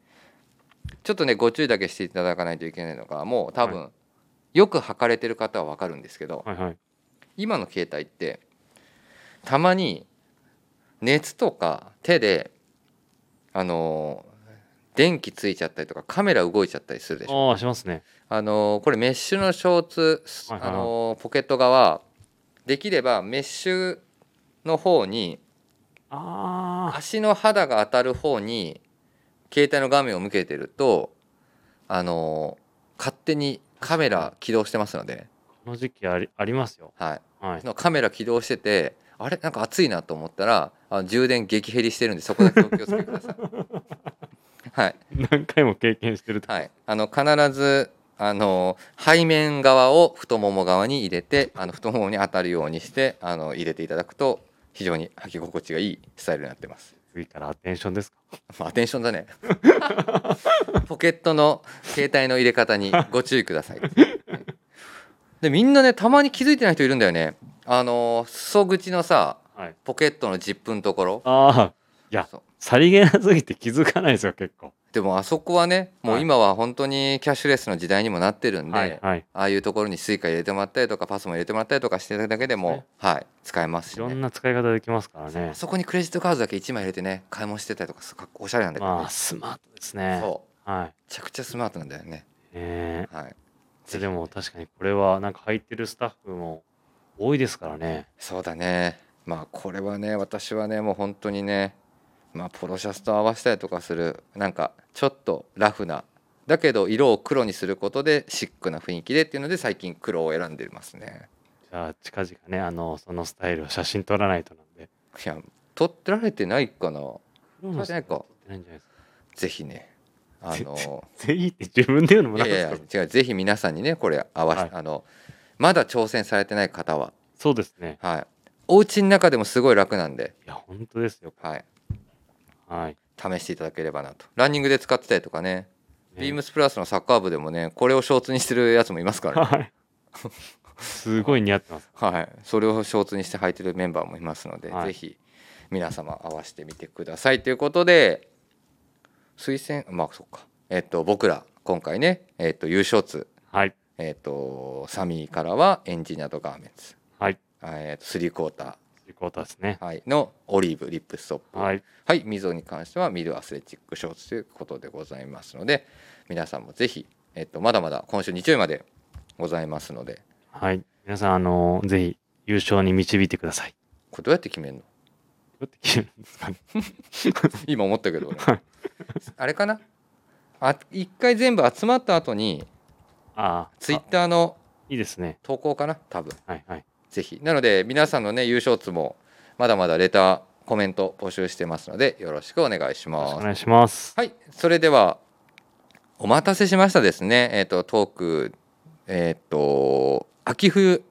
[SPEAKER 1] ちょっとねご注意だけしていただかないといけないのがもう多分、よく履かれてる方は分かるんですけど、
[SPEAKER 2] はいはい
[SPEAKER 1] 今の携帯ってたまに熱とか手であのー電気ついちゃったりとかカメラ動いちゃったりするでしょ
[SPEAKER 2] ああしますね
[SPEAKER 1] あのーこれメッシュのショーツ、す
[SPEAKER 2] はいはい
[SPEAKER 1] あ
[SPEAKER 2] はい
[SPEAKER 1] のーポケット側できればメッシュの方に
[SPEAKER 2] ああ
[SPEAKER 1] 足の肌が当たる方に携帯の画面を向けてるとあのー勝手にカメラ起動してますので、
[SPEAKER 2] この時期ありありますよ
[SPEAKER 1] はい、
[SPEAKER 2] はい
[SPEAKER 1] のカメラ起動しててあれなんか暑いなと思ったらあ充電激減りしてるんでそこだけお気をつけくださいはい
[SPEAKER 2] 何回も経験してると
[SPEAKER 1] はいあの必ずあの背面側を太もも側に入れてあの太ももに当たるようにしてあの入れていただくと非常に履き心地がいいスタイルになってます、
[SPEAKER 2] 次からアテンションですか
[SPEAKER 1] まあ、アテンションだねポケットの携帯の入れ方にご注意ください、はいでみんなねたまに気づいてない人いるんだよねあの裾口のさ
[SPEAKER 2] はい
[SPEAKER 1] ポケットのジップのところ
[SPEAKER 2] ああいや
[SPEAKER 1] そう
[SPEAKER 2] さりげなすぎて気づかないですよ結構
[SPEAKER 1] でもあそこはねもう
[SPEAKER 2] はい
[SPEAKER 1] 今は本当にキャッシュレスの時代にもなってるんで、
[SPEAKER 2] はいはい
[SPEAKER 1] ああいうところにスイカ入れてもらったりとかパスも入れてもらったりとかしてるだけでも、
[SPEAKER 2] ね
[SPEAKER 1] はい使えます
[SPEAKER 2] い
[SPEAKER 1] し、
[SPEAKER 2] ろん
[SPEAKER 1] ね、
[SPEAKER 2] な使い方できますからね
[SPEAKER 1] あそこにクレジットカードだけ1枚入れてね買い物してたりとかすごくおしゃれなんだけど、
[SPEAKER 2] まあスマートですね
[SPEAKER 1] そう
[SPEAKER 2] はい
[SPEAKER 1] めちゃくちゃスマートなんだよね
[SPEAKER 2] ね
[SPEAKER 1] はい
[SPEAKER 2] えでも確かにこれはなんか入ってるスタッフも多いですからね
[SPEAKER 1] そうだねまあこれはね私はねもう本当にねまあポロシャツと合わせたりとかするなんかちょっとラフなだけど色を黒にすることでシックな雰囲気でっていうので最近黒を選んでますね
[SPEAKER 2] じゃあ近々ねあのそのスタイルを写真撮らないとなんで
[SPEAKER 1] いや撮ってられてないかな撮ってないか
[SPEAKER 2] 撮ってないんじゃないですか
[SPEAKER 1] ぜひねあの
[SPEAKER 2] ぜひって自分で言うのも
[SPEAKER 1] い
[SPEAKER 2] な
[SPEAKER 1] や
[SPEAKER 2] ん
[SPEAKER 1] い
[SPEAKER 2] です
[SPEAKER 1] やいや
[SPEAKER 2] けど
[SPEAKER 1] 違うぜひ皆さんにねこれ合わせ、
[SPEAKER 2] はい
[SPEAKER 1] あのまだ挑戦されてない方は
[SPEAKER 2] そうですね
[SPEAKER 1] はいお家の中でもすごい楽なんで
[SPEAKER 2] いや本当ですよ
[SPEAKER 1] はい
[SPEAKER 2] はい
[SPEAKER 1] 試していただければなとランニングで使ってたりとかねビームスプラスのサッカー部でもねこれをショーツにしてるやつもいます からね、
[SPEAKER 2] はい。すごい似合ってます。
[SPEAKER 1] はい、それをショーツにして履いてるメンバーもいますので、
[SPEAKER 2] は
[SPEAKER 1] ぜ
[SPEAKER 2] い
[SPEAKER 1] ひ皆様合わせてみてくださいということで推薦まあそっかえっと僕ら今回ねえっと優勝通
[SPEAKER 2] はい。
[SPEAKER 1] えっとサミーからはエンジニアとガーメンツ
[SPEAKER 2] はい。
[SPEAKER 1] えー、とスリークォータ
[SPEAKER 2] ということですね
[SPEAKER 1] ー、。はい、のオリーブリップストップ
[SPEAKER 2] はい。
[SPEAKER 1] はい、ミゾに関してはミルアスレチックショーツということでございますので皆さんもぜひ、えっと、まだまだ今週日曜日までございますので
[SPEAKER 2] はい。皆さん、あのーぜひ優勝に導いてください。
[SPEAKER 1] これどうやって決めるの
[SPEAKER 2] どうやって決めるんですかね
[SPEAKER 1] 今思ったけど俺
[SPEAKER 2] はい
[SPEAKER 1] あれかなあ一回全部集まった後に
[SPEAKER 2] ああ、
[SPEAKER 1] ツイッ
[SPEAKER 2] あ
[SPEAKER 1] ターの
[SPEAKER 2] いいですね。
[SPEAKER 1] 投稿かな多分
[SPEAKER 2] はいはい。
[SPEAKER 1] ぜひなので皆さんのね優勝つもまだまだレターコメント募集してますのでよろしくお願いし
[SPEAKER 2] よろしく
[SPEAKER 1] ま
[SPEAKER 2] お
[SPEAKER 1] す
[SPEAKER 2] 願いします。
[SPEAKER 1] はい、それではお待たせしましたですね。えっ、とトークえっ、と秋冬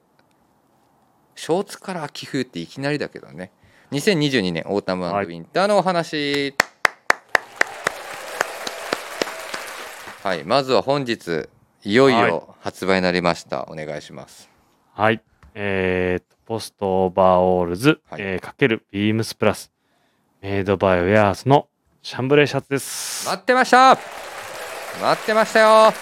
[SPEAKER 1] ショーツから秋冬っていきなりだけどね。2022年オータムウ
[SPEAKER 2] はい
[SPEAKER 1] ィンターのお話。はい、まずは本日いよい
[SPEAKER 2] はい
[SPEAKER 1] よ発売になりました。お願いします。
[SPEAKER 2] はい。えーと、ポストオーバーオールズ、
[SPEAKER 1] はい
[SPEAKER 2] えーかけるビームスプラス、メイドバイウェアースのシャンブレーシャツです。
[SPEAKER 1] 待ってました。待ってましたよ。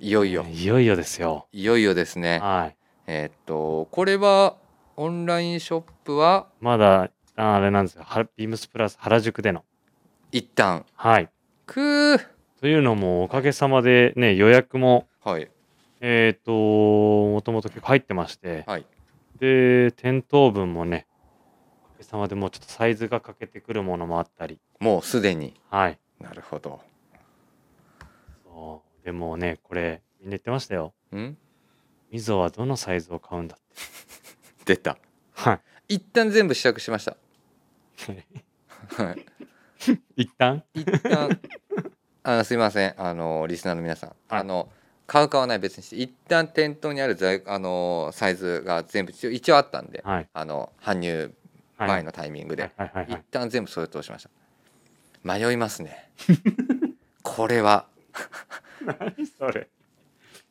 [SPEAKER 1] いよいよ、
[SPEAKER 2] いよいよですよ。
[SPEAKER 1] いよいよですね。
[SPEAKER 2] はい。
[SPEAKER 1] えーっとこれはオンラインショップは
[SPEAKER 2] まだ、ああれなんですよ。はビームスプラス原宿での。
[SPEAKER 1] 一旦
[SPEAKER 2] はい。
[SPEAKER 1] くー
[SPEAKER 2] というのも、おかげさまでね、予約も、
[SPEAKER 1] はい
[SPEAKER 2] えっ、と、もともと結構入ってまして、
[SPEAKER 1] はい
[SPEAKER 2] で、店頭分もね、おかげさまでもうちょっとサイズが欠けてくるものもあったり、
[SPEAKER 1] もうすでに
[SPEAKER 2] はい。
[SPEAKER 1] なるほど
[SPEAKER 2] そうでもね、これ、みんな言ってましたよ。
[SPEAKER 1] ん
[SPEAKER 2] みぞはどのサイズを買うんだって。
[SPEAKER 1] 出た
[SPEAKER 2] は
[SPEAKER 1] 一旦全部試着しましたはい
[SPEAKER 2] い。一旦
[SPEAKER 1] 一旦あのすいませんあのリスナーの皆さん、
[SPEAKER 2] はい
[SPEAKER 1] あの買う買わない別にして一旦店頭にある在あのサイズが全部一応一応あったんで、
[SPEAKER 2] はい。
[SPEAKER 1] あの搬入
[SPEAKER 2] はい。
[SPEAKER 1] 前のタイミングで、
[SPEAKER 2] はいはいはいは
[SPEAKER 1] 一
[SPEAKER 2] い。
[SPEAKER 1] 旦全部それ通しました迷います ねこれは
[SPEAKER 2] 何それ。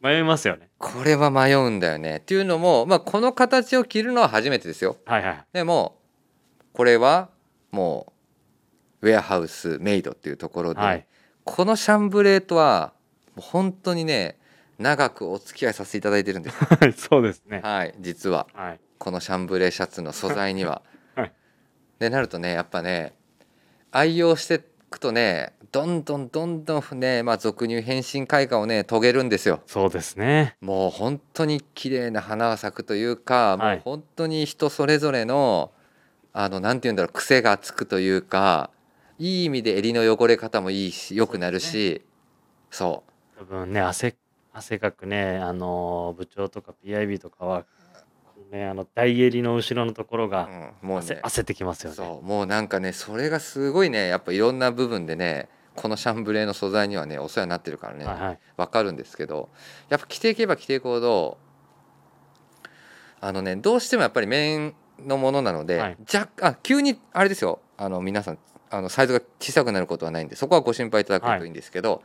[SPEAKER 2] 迷いますよね。
[SPEAKER 1] これは迷うんだよねっていうのも、まあ、この形を着るのは初めてですよ
[SPEAKER 2] はいはい。
[SPEAKER 1] でもこれはもうウェアハウスメイドっていうところで、
[SPEAKER 2] はい。
[SPEAKER 1] このシャンブレーとはもう本当にね長くお付き合いさせていただいてるんです、
[SPEAKER 2] はい、そうですね。
[SPEAKER 1] はい、実は
[SPEAKER 2] はい。
[SPEAKER 1] このシャンブレーシャツの素材には。
[SPEAKER 2] はい
[SPEAKER 1] でなるとねやっぱね愛用していくとねどんどんどんどんね、まあ、俗入変身開花をね遂げるんですよ。
[SPEAKER 2] そうですね。
[SPEAKER 1] もう本当に綺麗な花が咲くというか、
[SPEAKER 2] はい
[SPEAKER 1] もう本当に人それぞれのあのなんて言うんだろう癖がつくというかいい意味で襟の汚れ方もいいし良くなるしそう,、
[SPEAKER 2] 多分ね、汗、汗かくね、あのー部長とか PIB とかは、このね、あの、大襟の後ろのところが、
[SPEAKER 1] うん、もう
[SPEAKER 2] 汗、
[SPEAKER 1] ね
[SPEAKER 2] 汗ってきますよね。
[SPEAKER 1] そうもうなんかねそれがすごいねやっぱいろんな部分でねこのシャンブレーの素材にはねお世話になってるからね、
[SPEAKER 2] はいはい。
[SPEAKER 1] わかるんですけどやっぱ着ていけば着ていくほどあのねどうしてもやっぱり面のものなので、
[SPEAKER 2] はい
[SPEAKER 1] 若干あ急にあれですよあの皆さんあのサイズが小さくなることはないんでそこはご心配いただく
[SPEAKER 2] はい
[SPEAKER 1] といいんですけど、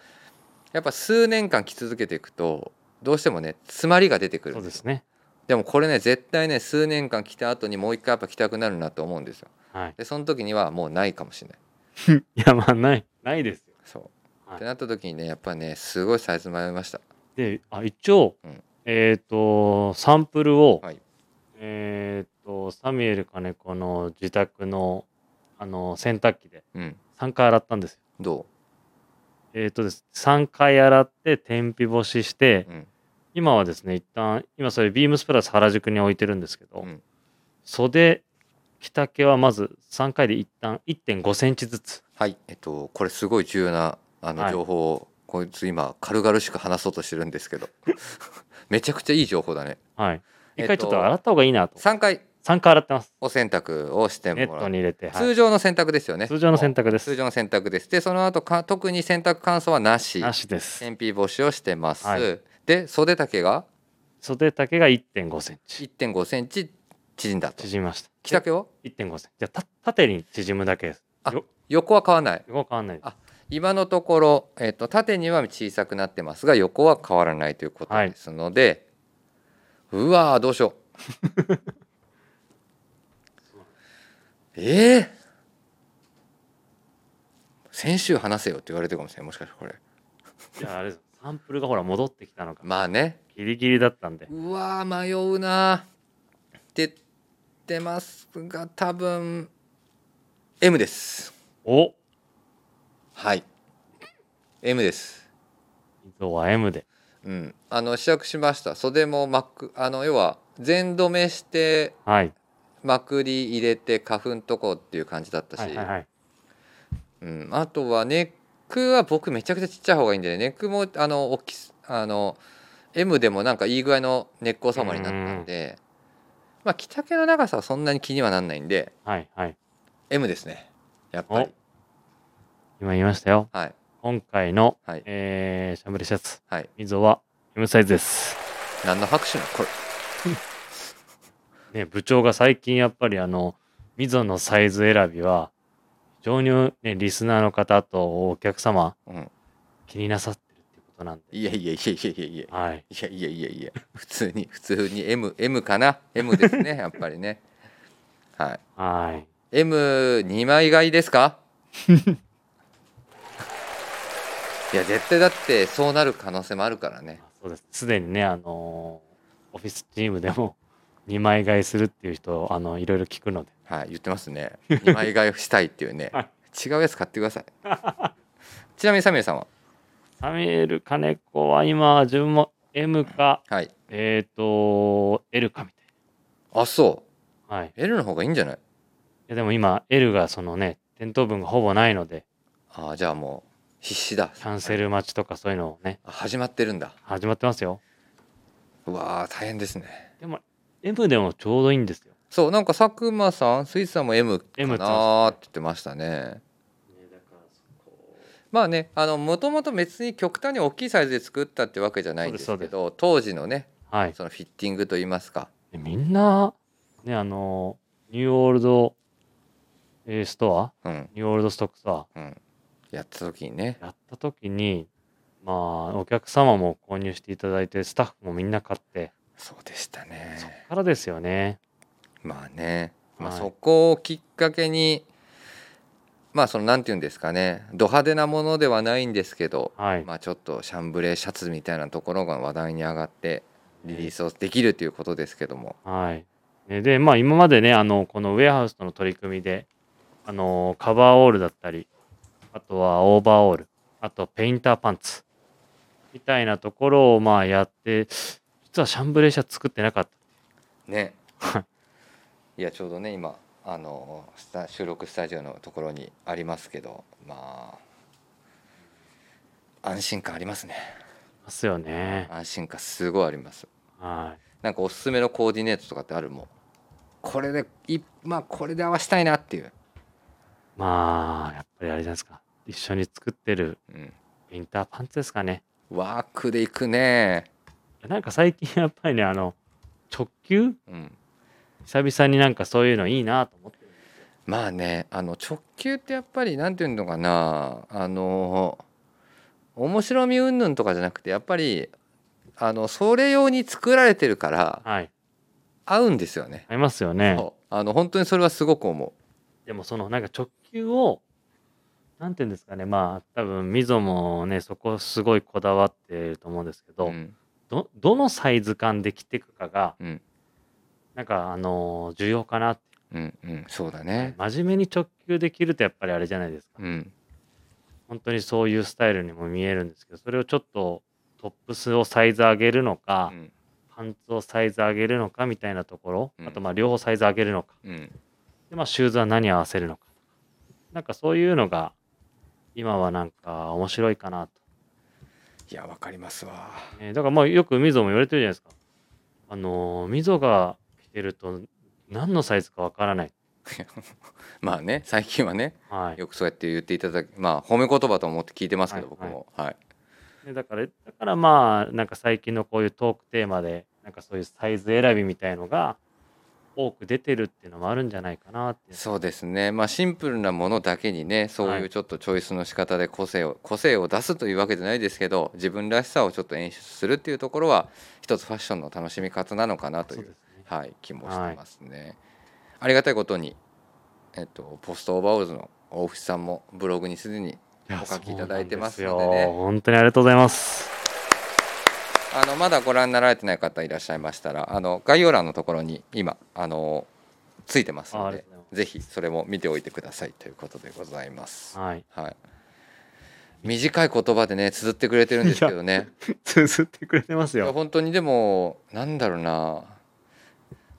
[SPEAKER 1] やっぱ数年間着続けていくとどうしてもね詰まりが出てくる
[SPEAKER 2] そ
[SPEAKER 1] ん
[SPEAKER 2] う
[SPEAKER 1] で
[SPEAKER 2] です
[SPEAKER 1] よ
[SPEAKER 2] すね。
[SPEAKER 1] でもこれね絶対ね数年間着た後にもう一回やっぱ着たくなるなと思うんですよ
[SPEAKER 2] はい。
[SPEAKER 1] でその時にはもうないかもしれない
[SPEAKER 2] いや、まあ、ない、ないですよ。
[SPEAKER 1] そう、
[SPEAKER 2] はい
[SPEAKER 1] ってなった時にねやっぱねすごいサイズ迷いました
[SPEAKER 2] で、あ、一応、
[SPEAKER 1] うん
[SPEAKER 2] えっ、と、サンプルを、
[SPEAKER 1] はい
[SPEAKER 2] えっ、と、サミュエル金子の自宅の、あの、洗濯機で
[SPEAKER 1] うん
[SPEAKER 2] 3回洗ったんですよ。
[SPEAKER 1] ど
[SPEAKER 2] えっ、とです、3回洗って、天日干しして
[SPEAKER 1] う、、うん、
[SPEAKER 2] 今はですね、一旦、今それ、ビームスプラス原宿に置いてるんですけど、
[SPEAKER 1] うん
[SPEAKER 2] 袖、着丈はまず3回で一旦1.5センチずつ。
[SPEAKER 1] はい、えっと、これすごい重要なあ
[SPEAKER 2] は
[SPEAKER 1] の
[SPEAKER 2] い
[SPEAKER 1] 情報を、こいつ今軽々しく話そうとしてるんですけど めちゃくちゃいい情報だね
[SPEAKER 2] はい。
[SPEAKER 1] えっと
[SPEAKER 2] 一回ちょっと洗った方がいいなと。
[SPEAKER 1] 3回
[SPEAKER 2] 3回洗ってます。
[SPEAKER 1] お洗濯をして
[SPEAKER 2] ネ
[SPEAKER 1] も
[SPEAKER 2] ッ
[SPEAKER 1] ら
[SPEAKER 2] ト
[SPEAKER 1] う、
[SPEAKER 2] に入れて。はい
[SPEAKER 1] 通常の洗濯ですよね
[SPEAKER 2] 通常の洗濯です
[SPEAKER 1] 通常の洗濯ですでその後か特に洗濯乾燥はなし
[SPEAKER 2] なしです。
[SPEAKER 1] 天日干しをしてます、
[SPEAKER 2] はい
[SPEAKER 1] で袖丈が
[SPEAKER 2] 袖丈が1.5センチ
[SPEAKER 1] 1 5センチ縮んだと
[SPEAKER 2] 縮みました
[SPEAKER 1] 着丈を
[SPEAKER 2] 1.5センチじゃあた縦に縮むだけです
[SPEAKER 1] あ
[SPEAKER 2] よ
[SPEAKER 1] 横は変わらない
[SPEAKER 2] 横は変わんないです
[SPEAKER 1] あ今のところ、えっと、縦には小さくなってますが横は変わらないということ
[SPEAKER 2] はい
[SPEAKER 1] ですので、うわーどうしよう ええ先週話せよって言われてるかもしれないもしかしてこれ
[SPEAKER 2] いやあれですサンプルがほら戻ってきたのか
[SPEAKER 1] まあね
[SPEAKER 2] ギリギリだったんで
[SPEAKER 1] うわー迷うなーって言ってますが多分 M です
[SPEAKER 2] お
[SPEAKER 1] はい M です
[SPEAKER 2] 伊藤は M で
[SPEAKER 1] うん、あの試着しました袖も巻くあの要は全止めして
[SPEAKER 2] はい
[SPEAKER 1] まくり入れて花粉とこっていう感じだったし、
[SPEAKER 2] はいはいはい
[SPEAKER 1] うん、あとはネックは僕めちゃくちゃちっちゃい方がいいんでねネックもあの大きすあの M でもなんかいい具合のネック収まりになったんで、まあ着丈の長さはそんなに気にはなんないんで
[SPEAKER 2] はいはい
[SPEAKER 1] M ですねやっぱり
[SPEAKER 2] 今言いましたよ
[SPEAKER 1] はい
[SPEAKER 2] 今回の、
[SPEAKER 1] はい
[SPEAKER 2] えーシャンブリシャツ
[SPEAKER 1] はい
[SPEAKER 2] 溝は M サイズです
[SPEAKER 1] 何の拍手なのこれ
[SPEAKER 2] ね、部長が最近やっぱりあの、ミゾのサイズ選びは、非常にね、リスナーの方とお客様、
[SPEAKER 1] うん
[SPEAKER 2] 気になさってるってことなんで。
[SPEAKER 1] いやいやいやいやいやいや
[SPEAKER 2] はい。
[SPEAKER 1] いやいやいやいや普通に普通に M, M かな M ですね やっぱりねはい
[SPEAKER 2] はい。
[SPEAKER 1] M2 枚買いですか いや絶対だってそうなる可能性もあるからね
[SPEAKER 2] あそうです。すでにね、あのーオフィスチームでも 2枚買いするっていう人を、あの、いろいろ聞くので。
[SPEAKER 1] はい言ってますね2枚買いしたいっていうね
[SPEAKER 2] はい
[SPEAKER 1] 違うやつ買ってください ちなみにサミュエルさんは
[SPEAKER 2] サミュエル金子は今、自分も M か、
[SPEAKER 1] はい
[SPEAKER 2] えっ、と、L かみたい
[SPEAKER 1] あそ
[SPEAKER 2] な。はい。いう
[SPEAKER 1] L の方がいいんじゃない
[SPEAKER 2] やでも今、L がそのね、店頭分がほぼないので、
[SPEAKER 1] あじゃあもう必死だ
[SPEAKER 2] キャンセル待ちとかそういうのをね、
[SPEAKER 1] あ始まってるんだ
[SPEAKER 2] 始まってますよ。
[SPEAKER 1] うわー大変ですね
[SPEAKER 2] M でもちょうどいいんですよ。
[SPEAKER 1] そうなんか佐久間さんスイーツさんも M か
[SPEAKER 2] M って言ってました
[SPEAKER 1] なーって言ってましたねまあねあのもともと別に極端に大きいサイズで作ったってわけじゃないんです
[SPEAKER 2] そうで
[SPEAKER 1] け
[SPEAKER 2] す
[SPEAKER 1] ど当時のね
[SPEAKER 2] はい。
[SPEAKER 1] そのフィッティングといいますか
[SPEAKER 2] でみんな、ね、あの、ニューオールド、えーストア、
[SPEAKER 1] うん
[SPEAKER 2] ニューオールドストックスト
[SPEAKER 1] うんやった時にね
[SPEAKER 2] ア、やった時に、まあ、お客様も購入していただいて、スタッフもみんな買って、
[SPEAKER 1] そうでした
[SPEAKER 2] そっ
[SPEAKER 1] ね
[SPEAKER 2] からですよね。
[SPEAKER 1] まあね、まあ、
[SPEAKER 2] はい
[SPEAKER 1] そこをきっかけにまあそのなんて言うんですかねド派手なものではないんですけど
[SPEAKER 2] はい。
[SPEAKER 1] まあちょっとシャンブレーシャツみたいなところが話題に上がってリリースをできるということですけども
[SPEAKER 2] はい。ねで、まあ、今までね、あの、このウェアハウスとの取り組みで、あの、カバーオールだったり、あとはオーバーオール、あとペインターパンツ、みたいなところを、まあ、やって、実はシャンブレーシャツ作ってなかった。
[SPEAKER 1] ね
[SPEAKER 2] はい
[SPEAKER 1] やちょうどね今あのスタ収録スタジオのところにありますけどまあ安心感ありますね
[SPEAKER 2] ますよね。
[SPEAKER 1] 安心感すごいあります
[SPEAKER 2] は
[SPEAKER 1] なんかおすすめのコーディネートとかってあるもんこれでいまあこれで合わせたいなっていう、
[SPEAKER 2] い。まあ、やっぱりあれじゃないですか。一緒に作ってる
[SPEAKER 1] うん、
[SPEAKER 2] ペインターパンツですかね。
[SPEAKER 1] ワークでいくね
[SPEAKER 2] なんか最近やっぱりね、あの、直球
[SPEAKER 1] うん
[SPEAKER 2] 久々になんかそういうのいいなと思って。
[SPEAKER 1] まあねあの直球ってやっぱりなんていうのかなあの面白み云々とかじゃなくてやっぱりあのそれ用に作られてるから
[SPEAKER 2] はい。
[SPEAKER 1] 合うんですよね。
[SPEAKER 2] ありますよね。
[SPEAKER 1] そうあの本当にそれはすごく思
[SPEAKER 2] でもそのなんか直球をなんていうんですかねまあ多分みぞもねそこすごいこだわってると思うんですけ
[SPEAKER 1] う。
[SPEAKER 2] ど、
[SPEAKER 1] うん
[SPEAKER 2] どどのサイズ感で着ていくかが、
[SPEAKER 1] うん
[SPEAKER 2] なんかあのー重要かなって
[SPEAKER 1] うんうんそうだね。
[SPEAKER 2] 真面目に直球で着るとやっぱりあれじゃないですか、
[SPEAKER 1] うん
[SPEAKER 2] 本当にそういうスタイルにも見えるんですけどそれをちょっとトップスをサイズ上げるの
[SPEAKER 1] う
[SPEAKER 2] か、
[SPEAKER 1] ん
[SPEAKER 2] パンツをサイズ上げるのかみたいなところ、
[SPEAKER 1] うん
[SPEAKER 2] あとまあ両方サイズ上げるのか
[SPEAKER 1] うん
[SPEAKER 2] で、まあ、シューズは何合わせるのか。なんかそういうのが、今はなんか面白いかなと。
[SPEAKER 1] いやわかりますわ。
[SPEAKER 2] ねだからまあよくみぞも言われてるじゃないですか。あのー、みぞが着てると何のサイズかわからない。
[SPEAKER 1] まあね最近はね
[SPEAKER 2] はい。
[SPEAKER 1] よくそうやって言っていただきまあ褒め言葉と思って聞いてますけど
[SPEAKER 2] は
[SPEAKER 1] 僕
[SPEAKER 2] い
[SPEAKER 1] もはい。
[SPEAKER 2] ねだから、だからまあ、なんか最近のこういうトークテーマで、なんかそういうサイズ選びみたいのが、多く出てるっていうのもあるんじゃないかなっていう
[SPEAKER 1] そうですね、まあ、シンプルなものだけにねそう
[SPEAKER 2] はいいう
[SPEAKER 1] ちょっとチョイスの仕方で個性を個性を出すというわけじゃないですけど自分らしさをちょっと演出するっていうところは一つファッションの楽しみ方なのかなとい
[SPEAKER 2] そう
[SPEAKER 1] う
[SPEAKER 2] ですね
[SPEAKER 1] はい、気もしてますね。ありがたいことに、えっと、ポストオーバーオールズの大渕さんもブログにすでに
[SPEAKER 2] や
[SPEAKER 1] お書きい
[SPEAKER 2] そ
[SPEAKER 1] た
[SPEAKER 2] うな
[SPEAKER 1] だ
[SPEAKER 2] ん
[SPEAKER 1] いてます
[SPEAKER 2] よ
[SPEAKER 1] のでね
[SPEAKER 2] 本当にありがとうございます
[SPEAKER 1] あのまだご覧になられてない方いらっしゃいましたらあの概要欄のところに今あのついてます
[SPEAKER 2] あ
[SPEAKER 1] の
[SPEAKER 2] あり
[SPEAKER 1] で
[SPEAKER 2] がとうございます
[SPEAKER 1] ぜひそれも見ておいてくださいということでございます。
[SPEAKER 2] はい
[SPEAKER 1] はい、短い言葉でね綴ってくれてるんですけどね
[SPEAKER 2] 綴ってくれてます
[SPEAKER 1] いや
[SPEAKER 2] よ
[SPEAKER 1] 本当にでもなんだろうな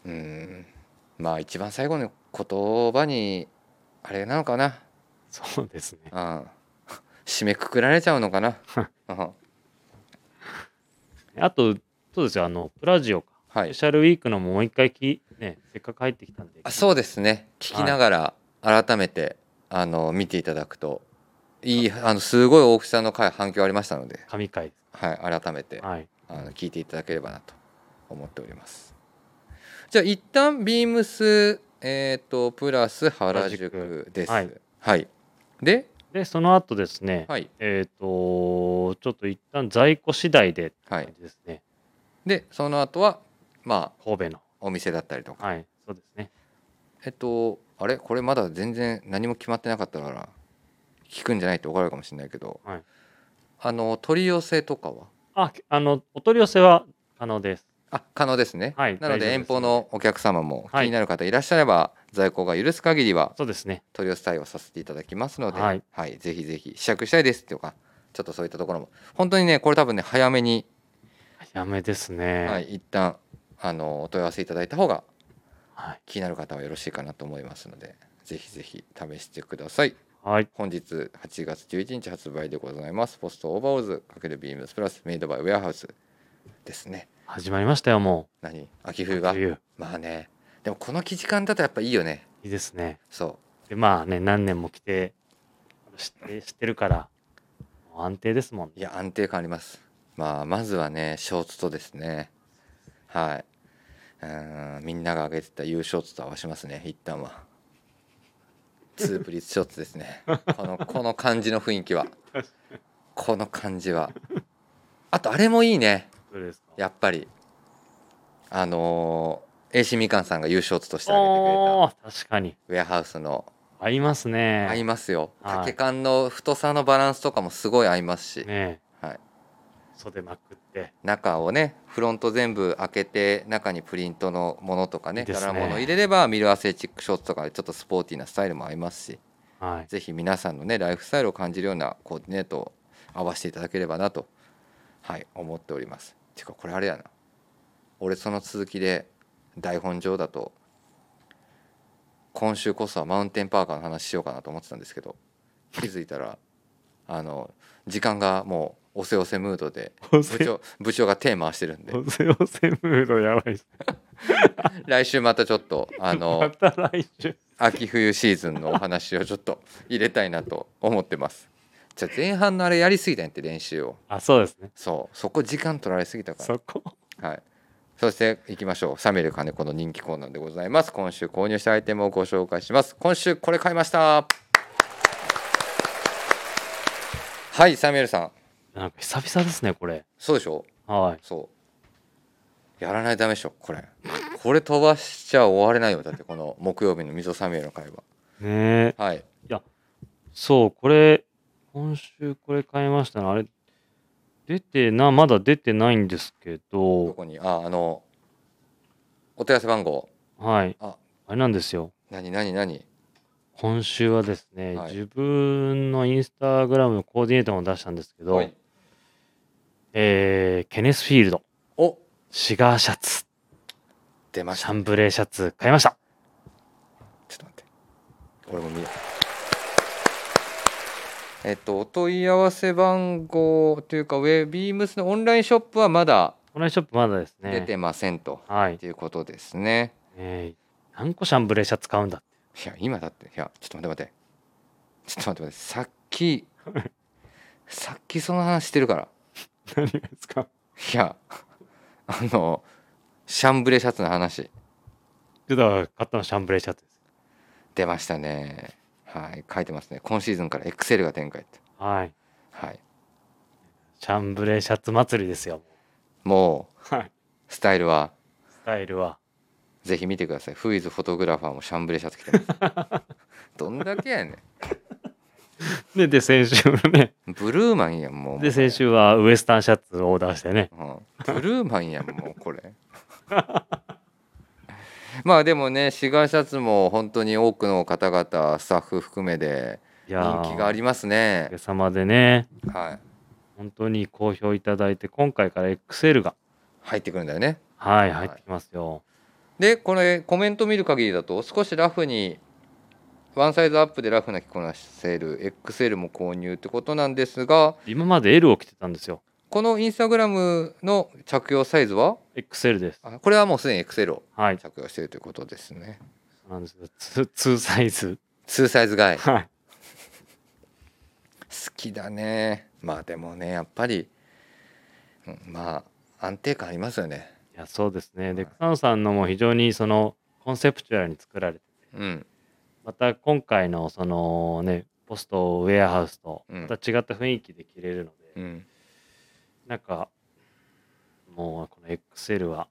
[SPEAKER 1] うんまあ一番最後の言葉にあれなのかな、
[SPEAKER 2] そうですね
[SPEAKER 1] うん、締めくくられちゃうのかな、うん
[SPEAKER 2] あとそうですよあのプラジオか
[SPEAKER 1] は
[SPEAKER 2] スペ
[SPEAKER 1] い
[SPEAKER 2] シャルウィークのももう一回きねせっかく入ってきたんで
[SPEAKER 1] あそうですね聞きながら改めて、あの見ていただくといいあのすごい大きさんの回反響ありましたので、
[SPEAKER 2] 神回で
[SPEAKER 1] はい、改めて
[SPEAKER 2] すはい
[SPEAKER 1] あの聞いていただければなと思っております。じゃあ一旦ビームスえっ、とプラス原宿です。
[SPEAKER 2] は
[SPEAKER 1] はいい。で、
[SPEAKER 2] でその後ですね、
[SPEAKER 1] はい
[SPEAKER 2] えっ、とちょっと一旦在庫次第でって
[SPEAKER 1] は
[SPEAKER 2] 感
[SPEAKER 1] い。
[SPEAKER 2] じですね、
[SPEAKER 1] でその後はまあ
[SPEAKER 2] 神戸の
[SPEAKER 1] お店だったりとか。
[SPEAKER 2] はいそうですね
[SPEAKER 1] えっとあれこれまだ全然何も決まってなかったから聞くんじゃないって怒られるかもしれないけど、
[SPEAKER 2] はい
[SPEAKER 1] あの取り寄せとかは
[SPEAKER 2] ああのお取り寄せは可能です
[SPEAKER 1] あ可能ですね。
[SPEAKER 2] はい
[SPEAKER 1] なの
[SPEAKER 2] 大丈夫
[SPEAKER 1] で
[SPEAKER 2] です
[SPEAKER 1] 遠方のお客様も気
[SPEAKER 2] はい
[SPEAKER 1] になる方いらっしゃれば、在庫が許す限りは
[SPEAKER 2] そうですね
[SPEAKER 1] 取り寄せ対応させていただきますので、
[SPEAKER 2] は
[SPEAKER 1] はいいぜひぜひ試着したいですとかちょっとそういったところも本当にねこれ多分ね早めに、
[SPEAKER 2] 早めですね
[SPEAKER 1] はい、一旦あのお問い合わせいただいた方が
[SPEAKER 2] はい、
[SPEAKER 1] 気になる方はよろしいかなと思いますのでぜひぜひ試してください
[SPEAKER 2] はい
[SPEAKER 1] 本日8月11日発売でございますポストオーバーオールズ×ビームスプラスメイドバイウェアハウスですね
[SPEAKER 2] 始まりましたよも
[SPEAKER 1] 何秋冬
[SPEAKER 2] う
[SPEAKER 1] が
[SPEAKER 2] 冬
[SPEAKER 1] まあねでもこの生地感だとやっぱいいよね
[SPEAKER 2] いいですね
[SPEAKER 1] そう
[SPEAKER 2] でまあね何年も来て知って知ってるからもう安定ですもん
[SPEAKER 1] い
[SPEAKER 2] ね
[SPEAKER 1] や安定感あります。まあまずはねショーツとですね。はい。うーんみんなが挙げてた優勝ツと合わしますね一旦は。ツープリーツショーツですね。こ のこの感じの雰囲気は。この感じは。あとあれもいいね
[SPEAKER 2] どれですか
[SPEAKER 1] やっぱり。あのー、AC みかんさんが優勝ツとして挙げてくれた
[SPEAKER 2] おー確かに
[SPEAKER 1] ウェアハウスの
[SPEAKER 2] 合いますね
[SPEAKER 1] 合いますよ。
[SPEAKER 2] はい
[SPEAKER 1] 丈感の太さのバランスとかもすごい合いますし。
[SPEAKER 2] ね
[SPEAKER 1] はい。
[SPEAKER 2] 袖まくって
[SPEAKER 1] 中をねフロント全部開けて中にプリントのものとか
[SPEAKER 2] いい
[SPEAKER 1] ね
[SPEAKER 2] で
[SPEAKER 1] 柄
[SPEAKER 2] すね
[SPEAKER 1] 物入れればミルアセチックショーツとかでちょっとスポーティーなスタイルも合いますし
[SPEAKER 2] はい
[SPEAKER 1] ぜひ皆さんのねライフスタイルを感じるようなコーディネートを合わせていただければなとはい思っておりますてかこれあれやな俺その続きで台本上だと今週こそはマウンテンパーカーの話しようかなと思ってたんですけど気づいたらあの時間がもうおせおせムードで
[SPEAKER 2] お
[SPEAKER 1] 部長部長が手回してる んで
[SPEAKER 2] おせおせムードやばいっす
[SPEAKER 1] 来週またちょっとあ
[SPEAKER 2] ま
[SPEAKER 1] の
[SPEAKER 2] た来週
[SPEAKER 1] 秋冬シーズンのお話をちょっと入れたいなと思ってますじゃあ前半のあれやりすぎたんやって練習を
[SPEAKER 2] あそうですね
[SPEAKER 1] そうそこ時間取られすぎたか
[SPEAKER 2] そこ
[SPEAKER 1] らはいそしていきましょうサミュエル金子の人気コーナーでございます今週購入したアイテムをご紹介します今週これ買いましたはいサミュエルさん
[SPEAKER 2] なんか久々ですねこれ
[SPEAKER 1] そうでしょ
[SPEAKER 2] はい
[SPEAKER 1] そうやらないとダメでしょこれこれ飛ばしちゃ終われないよだってこの木曜日の溝サミュエルの会は
[SPEAKER 2] ねえ
[SPEAKER 1] はい
[SPEAKER 2] そうこれ今週これ買いましたねあれ出てなまだ出てないんですけ
[SPEAKER 1] ど
[SPEAKER 2] ど
[SPEAKER 1] こにああのお問い合わせ番号
[SPEAKER 2] はいあ
[SPEAKER 1] あ
[SPEAKER 2] れなんですよ
[SPEAKER 1] 何何何
[SPEAKER 2] 今週はですね、
[SPEAKER 1] はい
[SPEAKER 2] 自分のインスタグラムのコーディネートも出したんですけど、
[SPEAKER 1] はい
[SPEAKER 2] えーケネスフィールド
[SPEAKER 1] お
[SPEAKER 2] シガーシャツ
[SPEAKER 1] 出まし
[SPEAKER 2] シ
[SPEAKER 1] た
[SPEAKER 2] ャンブレーシャツ買いました
[SPEAKER 1] ちょっと待って俺も見るえっとお問い合わせ番号というかウェビームスのオンラインショップはまだ
[SPEAKER 2] オンラインショップまだですね
[SPEAKER 1] 出てませんと、
[SPEAKER 2] はい、
[SPEAKER 1] っていうことですね
[SPEAKER 2] えー何個シャンブレーシャツ買うんだって
[SPEAKER 1] いや今だっていやちょっと待って待ってちょっと待って待ってさっきさっきその話してるから
[SPEAKER 2] 何がですか
[SPEAKER 1] いやあのシャンブレシャツの話
[SPEAKER 2] でだから買ったのシャンブレーシャツです。
[SPEAKER 1] 出ましたねはい書いてますね今シーズンからエクセルが展開って
[SPEAKER 2] はい。
[SPEAKER 1] はい
[SPEAKER 2] シャンブレーシャツ祭りですよ。
[SPEAKER 1] もう
[SPEAKER 2] はい。
[SPEAKER 1] スタイルは
[SPEAKER 2] スタイルは。
[SPEAKER 1] ぜひ見てくださいフイズフォトグラファーもシャンブレーシャツ着てます どんだけやね
[SPEAKER 2] で、で、先週のね、
[SPEAKER 1] んブルーマンやんもう
[SPEAKER 2] で、先週はウエスタンシャツをオーダーしてね。
[SPEAKER 1] うんブルーマンやんもうこれ まあでもねシガーシャツも本当に多くの方々スタッフ含めで
[SPEAKER 2] いやー
[SPEAKER 1] 人気があります
[SPEAKER 2] おか
[SPEAKER 1] ね
[SPEAKER 2] げさまでね、
[SPEAKER 1] はい
[SPEAKER 2] 本当に好評いただいて、今回から XL が、
[SPEAKER 1] 入ってくるんだよね
[SPEAKER 2] はい、入ってきますよ。
[SPEAKER 1] でこれコメント見る限りだと少しラフにワンサイズアップでラフな着こなせる XL も購入ってことなんですが
[SPEAKER 2] 今まで L を着てたんですよ。
[SPEAKER 1] このインスタグラムの着用サイズは
[SPEAKER 2] XL です。
[SPEAKER 1] あこれはもうすでに XL を
[SPEAKER 2] はい。そ
[SPEAKER 1] 着用しているということですね
[SPEAKER 2] うなんですよ。ツーツーサイズ。
[SPEAKER 1] 2サイズ外
[SPEAKER 2] はい。
[SPEAKER 1] 好きだねまあでもねやっぱり、うんまあ安定感ありますよね
[SPEAKER 2] いや、そうですね。で、
[SPEAKER 1] はい
[SPEAKER 2] 草野さんのも非常にその、コンセプチュアルに作られて、
[SPEAKER 1] うん
[SPEAKER 2] また今回のそのね、ポストウェアハウスと、
[SPEAKER 1] うん
[SPEAKER 2] また違った雰囲気で着れるの
[SPEAKER 1] う
[SPEAKER 2] で、
[SPEAKER 1] ん
[SPEAKER 2] なんか、もうこの XL は、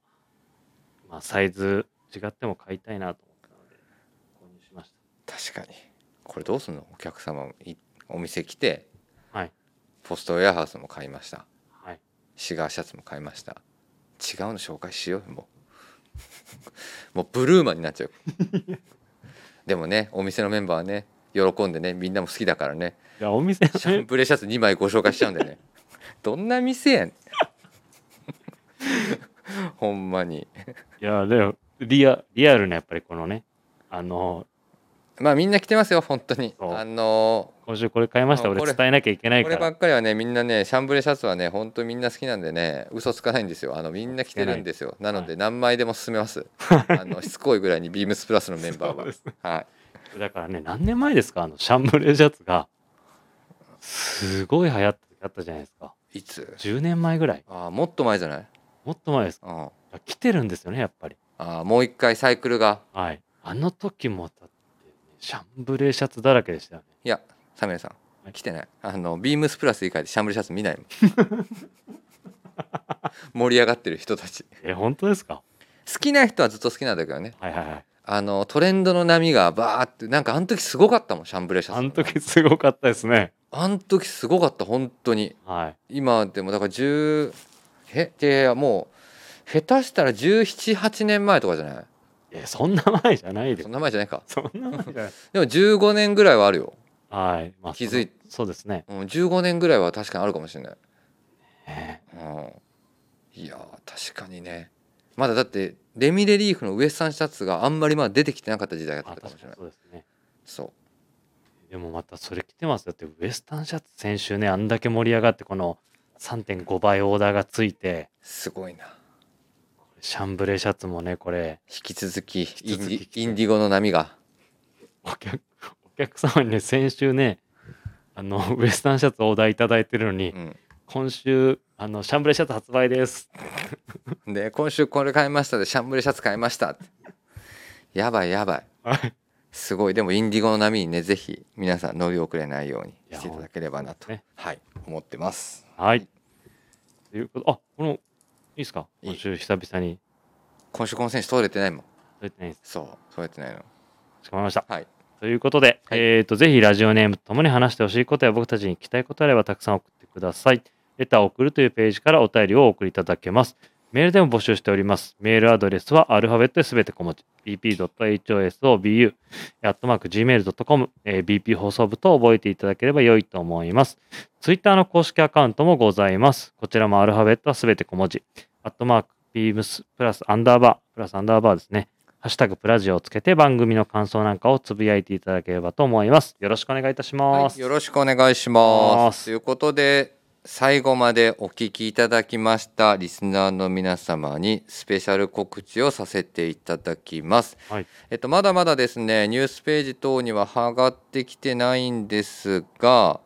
[SPEAKER 2] まあ、サイズ違っても買いたいなと思ったので、購入しまし
[SPEAKER 1] 確かにこれどうすんのお客様いお店来て
[SPEAKER 2] た。はい。
[SPEAKER 1] ポストウェアハウスも買いました
[SPEAKER 2] はい。
[SPEAKER 1] シガーシャツも買いました違うの紹介しようよも うもうブルーマンになっちゃうでもねお店のメンバーはね喜んでねみんなも好きだからね
[SPEAKER 2] じゃあお 店の
[SPEAKER 1] シャンプレーシャツ2枚ご紹介しちゃうんでね どんな店やねん ほんまに
[SPEAKER 2] いや、でも、リア、リアルなやっぱりこのね、あの、
[SPEAKER 1] まあみんな来てますよ本当に
[SPEAKER 2] そう
[SPEAKER 1] あの
[SPEAKER 2] 今週これ買いました、
[SPEAKER 1] あ
[SPEAKER 2] 俺
[SPEAKER 1] これ
[SPEAKER 2] 伝えなきゃいけない
[SPEAKER 1] こ
[SPEAKER 2] か
[SPEAKER 1] れば
[SPEAKER 2] ら。
[SPEAKER 1] っかりはねみんなねシャンブレーシャツはね本当みんな好きなんでね嘘つかないんですよあのみんな着てるんですよなので何枚でも進め ます、あのしつこいぐらいにビームスプラスのメンバー
[SPEAKER 2] そう
[SPEAKER 1] は
[SPEAKER 2] ですね
[SPEAKER 1] はい
[SPEAKER 2] だからね、何年前ですか、あの、シャンブレーシャツが、すごい流行った時あったじゃないですか。
[SPEAKER 1] いつ
[SPEAKER 2] 10年前ぐらい。
[SPEAKER 1] ああもっと前じゃない、
[SPEAKER 2] もっと前ですか。
[SPEAKER 1] うん、あ
[SPEAKER 2] 来てるんですよね、やっぱり。
[SPEAKER 1] あもう一回サイクルが
[SPEAKER 2] はい。あの時もだって、シャンブレーシャツだらけでしたよね。
[SPEAKER 1] いやサミュエルさ
[SPEAKER 2] は
[SPEAKER 1] ん
[SPEAKER 2] い
[SPEAKER 1] 来てないあのビームスプラス以外でシャンブレーシャツ見ないもん 盛り上がってる人たち
[SPEAKER 2] え、本当ですか
[SPEAKER 1] 好きな人はずっと好きなんだけどね
[SPEAKER 2] はいはいはい。
[SPEAKER 1] あのトレンドの波がバーってなんかあの時すごかったもんシャンブレーシャツ
[SPEAKER 2] あの時すごかったですね。
[SPEAKER 1] あの時すごかった本当に
[SPEAKER 2] はい。
[SPEAKER 1] 今でもだから10えでもう下手したら1718年前とかじゃない
[SPEAKER 2] え、そんな前じゃないで
[SPEAKER 1] そ
[SPEAKER 2] す
[SPEAKER 1] ん。な前じゃないか
[SPEAKER 2] そんな前じゃない。
[SPEAKER 1] でも15年ぐらいはあるよ、
[SPEAKER 2] はい。まあ、
[SPEAKER 1] 気づい
[SPEAKER 2] そのそうですね。
[SPEAKER 1] うん、15年ぐらいは確かにあるかもしれない、
[SPEAKER 2] え
[SPEAKER 1] うん、いやー確かにねまだだってレミレリーフのウエスタンシャツがあんまりまだ出てきてなかった時代だっ
[SPEAKER 2] ーまあ、
[SPEAKER 1] たかも
[SPEAKER 2] 確
[SPEAKER 1] し
[SPEAKER 2] か
[SPEAKER 1] れ
[SPEAKER 2] に
[SPEAKER 1] ない
[SPEAKER 2] そうですね。
[SPEAKER 1] そう
[SPEAKER 2] でもまたそれ来てますよだってウエスタンシャツ先週ねあんだけ盛り上がってこの3.5倍オーダーがついて
[SPEAKER 1] すごいな
[SPEAKER 2] シャンブレーシャツもねこれ
[SPEAKER 1] 引き続きイン
[SPEAKER 2] 続
[SPEAKER 1] デ
[SPEAKER 2] き
[SPEAKER 1] ィインディゴの波が
[SPEAKER 2] お客お客様にね先週ねあのウエスタンシャツオーダーいただいてるのに、
[SPEAKER 1] う
[SPEAKER 2] 今週あのシャンブレーシャツ発売です
[SPEAKER 1] ん、で今週これ買いましたでシャンブレーシャツ買いましたってやばいやばい
[SPEAKER 2] はい
[SPEAKER 1] すごいでもインディゴの波にねぜひ皆さん乗り遅れないように
[SPEAKER 2] いや
[SPEAKER 1] していただければなと、
[SPEAKER 2] 本当です
[SPEAKER 1] はい思ってます
[SPEAKER 2] はいということあこのいいですか
[SPEAKER 1] いい
[SPEAKER 2] 今週久々に
[SPEAKER 1] 今週この選手通れてないもん
[SPEAKER 2] 出てないです
[SPEAKER 1] そう通れてないの
[SPEAKER 2] 捕まえました
[SPEAKER 1] はい
[SPEAKER 2] ということで、
[SPEAKER 1] はい
[SPEAKER 2] えっ、と、ぜひラジオネームとともに話してほしいことや僕たちに聞きたいことあればたくさん送ってください。レターを送るというページからお便りをお送りいただけます。メールでも募集しております。メールアドレスはアルファベットですべて小文字、bp.hosobu、アットマーク gmail.com、えー bp 放送部と覚えていただければ良いと思います。ツイッターの公式アカウントもございます。こちらもアルファベットはすべて小文字、アットマーク、ビームスプラスアンダーバー、プラスアンダーバーですね。ハッシュタグプラジオをつけて番組の感想なんかをつぶやいていただければと思います。よろしくお願いいたしま
[SPEAKER 1] は
[SPEAKER 2] す。
[SPEAKER 1] い、よろしくお願いしま。
[SPEAKER 2] ますす
[SPEAKER 1] ということで最後までお聞きいただきましたリスナーの皆様にスペシャル告知をさせていただきます。
[SPEAKER 2] はい
[SPEAKER 1] えっと、まだまだですねニュースページ等には上がってきてないんですが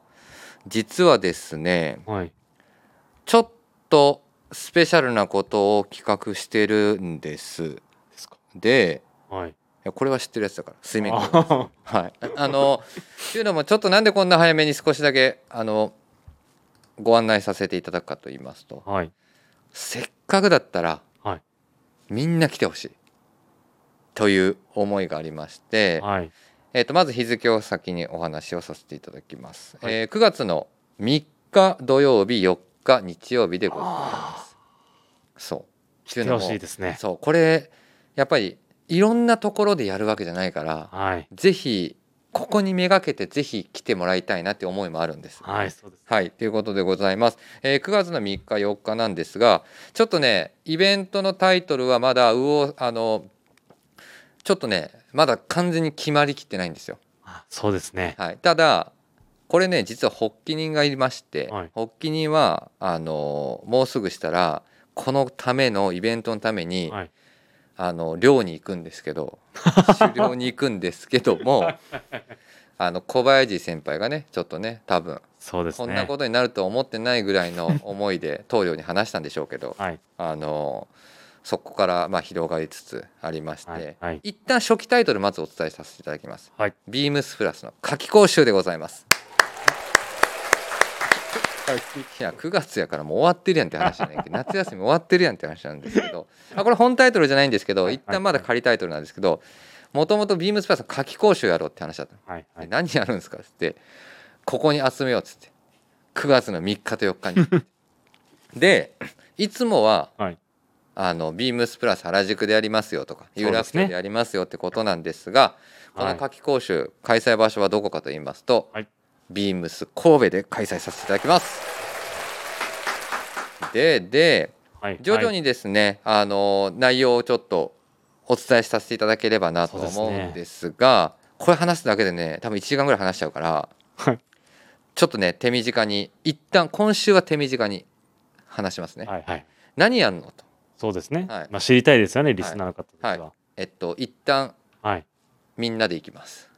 [SPEAKER 1] 実はですね
[SPEAKER 2] はい。
[SPEAKER 1] ちょっとスペシャルなことを企画してるんです。
[SPEAKER 2] ですか。
[SPEAKER 1] で
[SPEAKER 2] はい。
[SPEAKER 1] いやこれは知ってるやつだから水面下
[SPEAKER 2] あー
[SPEAKER 1] はい、ああのというのもちょっとなんでこんな早めに少しだけあのご案内させていただくかと言いますと
[SPEAKER 2] はい。
[SPEAKER 1] せっかくだったら、
[SPEAKER 2] はい
[SPEAKER 1] みんな来てほしいという思いがありまして、
[SPEAKER 2] はい。
[SPEAKER 1] えー、とまず日付を先にお話をさせていただきます、
[SPEAKER 2] はい
[SPEAKER 1] えー9月の3日土曜日4日日曜日でございますそう
[SPEAKER 2] 来てほしいですね。
[SPEAKER 1] そうこれやっぱりいろんなところでやるわけじゃないから
[SPEAKER 2] はい。
[SPEAKER 1] ぜひここにめがけてぜひ来てもらいたいなって思いもあるんです。
[SPEAKER 2] はい、そうです。
[SPEAKER 1] はいということでございます、えー9月の3日4日なんですがちょっとねイベントのタイトルはまだうおあのちょっとねまだ完全に決まりきってないんですよ。
[SPEAKER 2] あそうですね。
[SPEAKER 1] はい、ただこれね実は発起人がいまして、
[SPEAKER 2] はい
[SPEAKER 1] 発起人はあのもうすぐしたらこのためのイベントのために、
[SPEAKER 2] はい
[SPEAKER 1] あの寮に行くんですけ ど狩猟に行くんですけどもあの小林先輩がねちょっとね多分
[SPEAKER 2] そうです
[SPEAKER 1] こ
[SPEAKER 2] ね。
[SPEAKER 1] んなことになるとは思ってないぐらいの思いで棟梁に話したんでしょうけど
[SPEAKER 2] はい。
[SPEAKER 1] あのそこからまあ広がりつつありまして、
[SPEAKER 2] はい。はい。
[SPEAKER 1] 一旦初期タイトルまずお伝えさせていただきます。
[SPEAKER 2] はい。
[SPEAKER 1] ビームスプラスの夏季講習でございます。いや9月やからもう終わってるやんって話じゃないけど夏休み終わってるやんって話なんですけど あこれ本タイトルじゃないんですけど
[SPEAKER 2] はい
[SPEAKER 1] 一旦まだ仮タイトルなんですけどもともとビームスプラスの夏季講習やろうって話だったの
[SPEAKER 2] はい。は
[SPEAKER 1] で
[SPEAKER 2] い。
[SPEAKER 1] 何やるんですかっつってここに集めようっつって9月の3日と4日に でいつもは
[SPEAKER 2] はい。
[SPEAKER 1] あのビームスプラス原宿でやりますよとか有楽
[SPEAKER 2] そうです
[SPEAKER 1] 町
[SPEAKER 2] ね
[SPEAKER 1] でやりますよってことなんですがこ
[SPEAKER 2] は
[SPEAKER 1] の
[SPEAKER 2] い
[SPEAKER 1] 夏季講習、開催場所はどこかと言いますと、
[SPEAKER 2] はい
[SPEAKER 1] ビームス神戸で開催させていただきます。でで
[SPEAKER 2] はい。
[SPEAKER 1] 徐々にですね、あの内容をちょっとお伝えさせていただければなと
[SPEAKER 2] そ
[SPEAKER 1] 思
[SPEAKER 2] う
[SPEAKER 1] う
[SPEAKER 2] ですね
[SPEAKER 1] んですがこれ話すだけでね多分1時間ぐらい話しちゃうから
[SPEAKER 2] はい。
[SPEAKER 1] ちょっとね手短に一旦今週は手短に話しますね。
[SPEAKER 2] はい。はい。
[SPEAKER 1] 何やるのと、
[SPEAKER 2] そうですね。
[SPEAKER 1] はい
[SPEAKER 2] まあ、知りたいですよね、リスナーの方たちは。
[SPEAKER 1] えっと、一旦
[SPEAKER 2] はい。
[SPEAKER 1] みんなで行き ます。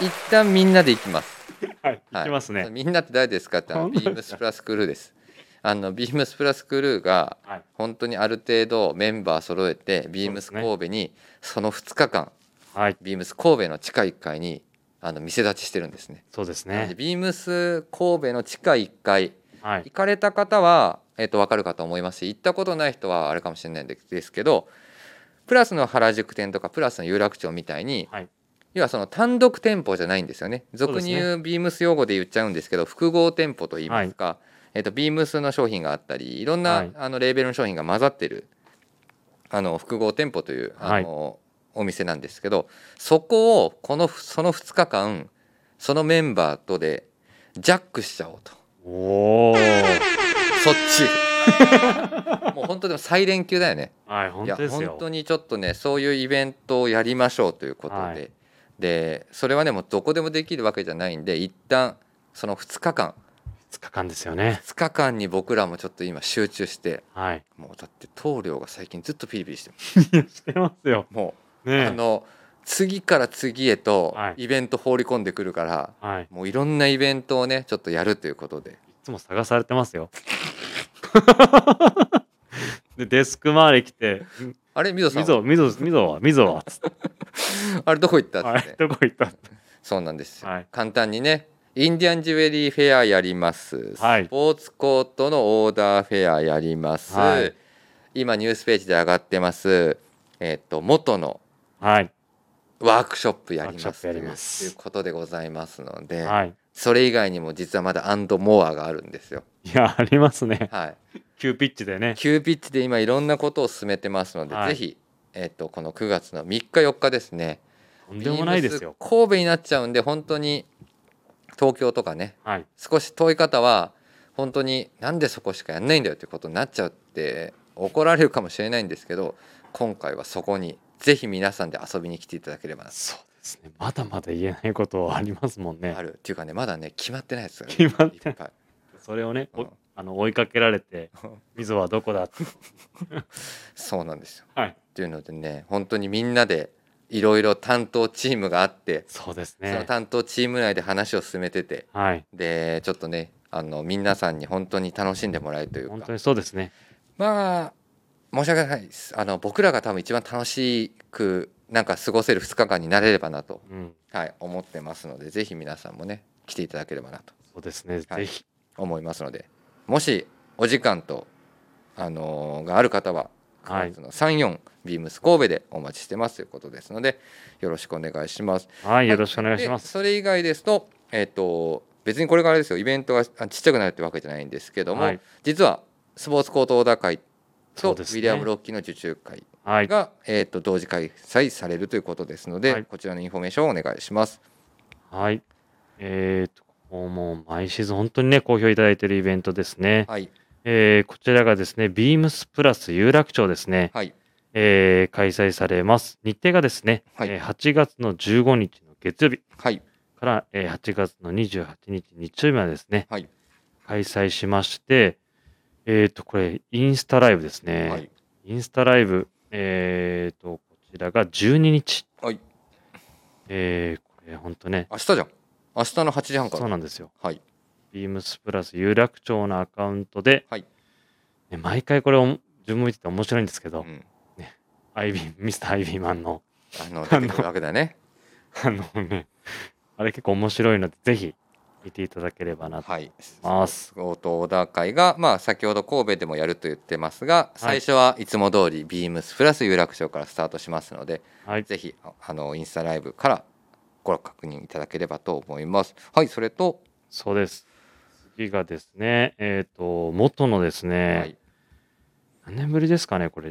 [SPEAKER 1] 一旦みんなで行きます。
[SPEAKER 2] はい。
[SPEAKER 1] はい
[SPEAKER 2] いきますね。
[SPEAKER 1] みんなって誰ですかってあの
[SPEAKER 2] 本
[SPEAKER 1] ビ
[SPEAKER 2] 当ですか
[SPEAKER 1] ームスプラスクルーです。あのビームスプラスクルーが
[SPEAKER 2] はい。
[SPEAKER 1] 本当にある程度メンバー揃えてビームス
[SPEAKER 2] そうですね
[SPEAKER 1] 神戸にその2日間
[SPEAKER 2] はい。
[SPEAKER 1] ビームス神戸の地下1階にあの店立ちしてるんですね。
[SPEAKER 2] そうです
[SPEAKER 1] なので
[SPEAKER 2] ね。
[SPEAKER 1] ビームス神戸の地下1階
[SPEAKER 2] はい
[SPEAKER 1] 行。かれた方は、えっと分かるかと思いますし行ったことない人はあれかもしれないんですけどプラスの原宿店とかプラスの有楽町みたいに、
[SPEAKER 2] はい
[SPEAKER 1] 要はその単独店舗じゃないんですよね
[SPEAKER 2] う
[SPEAKER 1] 俗
[SPEAKER 2] です
[SPEAKER 1] に
[SPEAKER 2] ね
[SPEAKER 1] 言うビームス用語で言っちゃうんですけど複合店舗と言いますか、えっとビームスの商品があったりいろんな、
[SPEAKER 2] はい
[SPEAKER 1] あのレーベルの商品が混ざってるあの複合店舗というあ
[SPEAKER 2] はい
[SPEAKER 1] の、お店なんですけどそこをこのその2日間そのメンバーとでジャックしちゃおうと。
[SPEAKER 2] おお。
[SPEAKER 1] そっち。 もう本当でも最連休だよね。
[SPEAKER 2] はい。本当で
[SPEAKER 1] いや
[SPEAKER 2] す
[SPEAKER 1] 本当
[SPEAKER 2] よ。
[SPEAKER 1] にちょっとねそういうイベントをやりましょうということで、
[SPEAKER 2] はい
[SPEAKER 1] でそれはねもうどこでもできるわけじゃないんで一旦その2日間
[SPEAKER 2] 2日間ですよね。
[SPEAKER 1] 2日間に僕らもちょっと今集中して
[SPEAKER 2] はい。
[SPEAKER 1] もうだって棟梁が最近ずっとピリピリしてる
[SPEAKER 2] してますよ。
[SPEAKER 1] もう、あ
[SPEAKER 2] ねえ。
[SPEAKER 1] の次から次へと
[SPEAKER 2] はい
[SPEAKER 1] イベント放り込んでくるから、
[SPEAKER 2] はい。
[SPEAKER 1] もういろんなイベントをねちょっとやるということで
[SPEAKER 2] いつも探されてます よ。でデスク周り来て「
[SPEAKER 1] あれみぞさ
[SPEAKER 2] み
[SPEAKER 1] ん
[SPEAKER 2] ぞみぞみぞはみぞは」つって
[SPEAKER 1] あれどこ行っ
[SPEAKER 2] 「
[SPEAKER 1] たっつ
[SPEAKER 2] は
[SPEAKER 1] って
[SPEAKER 2] い、どこ行った?」
[SPEAKER 1] そうなんですよ、
[SPEAKER 2] はい
[SPEAKER 1] 簡単にねインディアンジュエリーフェアやります、
[SPEAKER 2] はい
[SPEAKER 1] スポーツコートのオーダーフェアやります、
[SPEAKER 2] はい
[SPEAKER 1] 今ニュースページで上がってますえっ、と元の
[SPEAKER 2] はい
[SPEAKER 1] ワークショップやり
[SPEAKER 2] ワー
[SPEAKER 1] ま
[SPEAKER 2] ク
[SPEAKER 1] す
[SPEAKER 2] ショップやります
[SPEAKER 1] ということでございますので、
[SPEAKER 2] はい
[SPEAKER 1] それ以外にも実はまだアンドモアがあるんですよ
[SPEAKER 2] いやありますね
[SPEAKER 1] はい
[SPEAKER 2] 急ピッチでね
[SPEAKER 1] 急ピッチで今いろんなことを進めてますので、
[SPEAKER 2] はい
[SPEAKER 1] ぜひえっ、とこの9月の3日4日ですね
[SPEAKER 2] とんでもないですよ
[SPEAKER 1] Beams 神戸になっちゃうんで本当に東京とかね
[SPEAKER 2] はい
[SPEAKER 1] 少し遠い方は本当になんでそこしかやんないんだよってことになっちゃうって怒られるかもしれないんですけど今回はそこにぜひ皆さんで遊びに来ていただければな
[SPEAKER 2] そうですねまだまだ言えないことはありますもんね
[SPEAKER 1] あるっていうかねまだね決まってないですよね
[SPEAKER 2] 決まってない
[SPEAKER 1] っぱい
[SPEAKER 2] それをねお
[SPEAKER 1] うん
[SPEAKER 2] あの追いかけられて「みぞはどこだ?」 って
[SPEAKER 1] そうなんですよ
[SPEAKER 2] はい
[SPEAKER 1] っていうのでね本当にみんなでいろいろ担当チームがあって、
[SPEAKER 2] そうです
[SPEAKER 1] その
[SPEAKER 2] ね
[SPEAKER 1] 担当チーム内で話を進めてて
[SPEAKER 2] はい
[SPEAKER 1] でちょっとねあの皆さんに本当に楽しんでもらえるという
[SPEAKER 2] 本
[SPEAKER 1] か
[SPEAKER 2] 当にそうですね
[SPEAKER 1] まあ申し訳ないですあの僕らが多分一番楽しくなんか過ごせる2日間になれればなと、
[SPEAKER 2] うん、
[SPEAKER 1] はい、思ってますのでぜひ皆さんもね来ていただければなと
[SPEAKER 2] そうですね、
[SPEAKER 1] はい
[SPEAKER 2] ぜひ。
[SPEAKER 1] 思いますのでもしお時間と、あのーがある方は
[SPEAKER 2] はい
[SPEAKER 1] 9月の34ビームス神戸でお待ちしてますということですのでよろしくお願いします。
[SPEAKER 2] はい、よろしくお願いします。
[SPEAKER 1] でそれ以外ですと,、えっと別にこれからですよイベントがあちっちゃくなるってわけじゃないんですけども、
[SPEAKER 2] はい
[SPEAKER 1] 実はスポーツ高等高会
[SPEAKER 2] そ
[SPEAKER 1] と
[SPEAKER 2] う
[SPEAKER 1] ウ
[SPEAKER 2] です
[SPEAKER 1] ィ
[SPEAKER 2] ね
[SPEAKER 1] リアム・ロッキーの受注会
[SPEAKER 2] はい、
[SPEAKER 1] が、えっと同時開催されるということですので、
[SPEAKER 2] はい
[SPEAKER 1] こちらのインフォメーションをお願いします。
[SPEAKER 2] はい。えっ、と、ここもう毎シーズン本当にね、好評いただいているイベントですね。
[SPEAKER 1] はい、
[SPEAKER 2] えーこちらがですね、ビームスプラス有楽町ですね、
[SPEAKER 1] はい、
[SPEAKER 2] えー開催されます。日程がですね、
[SPEAKER 1] はい
[SPEAKER 2] えー8月の15日の月曜日
[SPEAKER 1] はい、
[SPEAKER 2] から、えー8月の28日日曜日までですね、
[SPEAKER 1] はい
[SPEAKER 2] 開催しまして、えっ、と、これ、インスタライブですね。
[SPEAKER 1] はい、
[SPEAKER 2] インスタライブ、えっ、と、こちらが12日。
[SPEAKER 1] はい、
[SPEAKER 2] えー、これ、ほんとね、
[SPEAKER 1] 明日じゃん明日の8時半か
[SPEAKER 2] そ
[SPEAKER 1] ら
[SPEAKER 2] うなんですよ。
[SPEAKER 1] はい
[SPEAKER 2] ビームスプラス有楽町のアカウントで、
[SPEAKER 1] はい
[SPEAKER 2] ね、毎回これ、おも自分も見てて面白いんですけど、
[SPEAKER 1] うん、
[SPEAKER 2] アイビー、ミスターアイビーマンの、
[SPEAKER 1] あの出てくるわけだ ね。
[SPEAKER 2] あのね、あれ結構面白いので、ぜひ見ていただければなと
[SPEAKER 1] はい。
[SPEAKER 2] 思います。
[SPEAKER 1] 強盗打会が、まあ、先ほど神戸でもやると言ってますが、最初はいつも通りビームスプラス有楽町からスタートしますので、
[SPEAKER 2] はい、
[SPEAKER 1] ぜひああのインスタライブからご確認いただければと思います。はい、それと、
[SPEAKER 2] そうです。次がですね、えっ、と、元のですね、
[SPEAKER 1] はい、
[SPEAKER 2] 何年ぶりですかね、これ、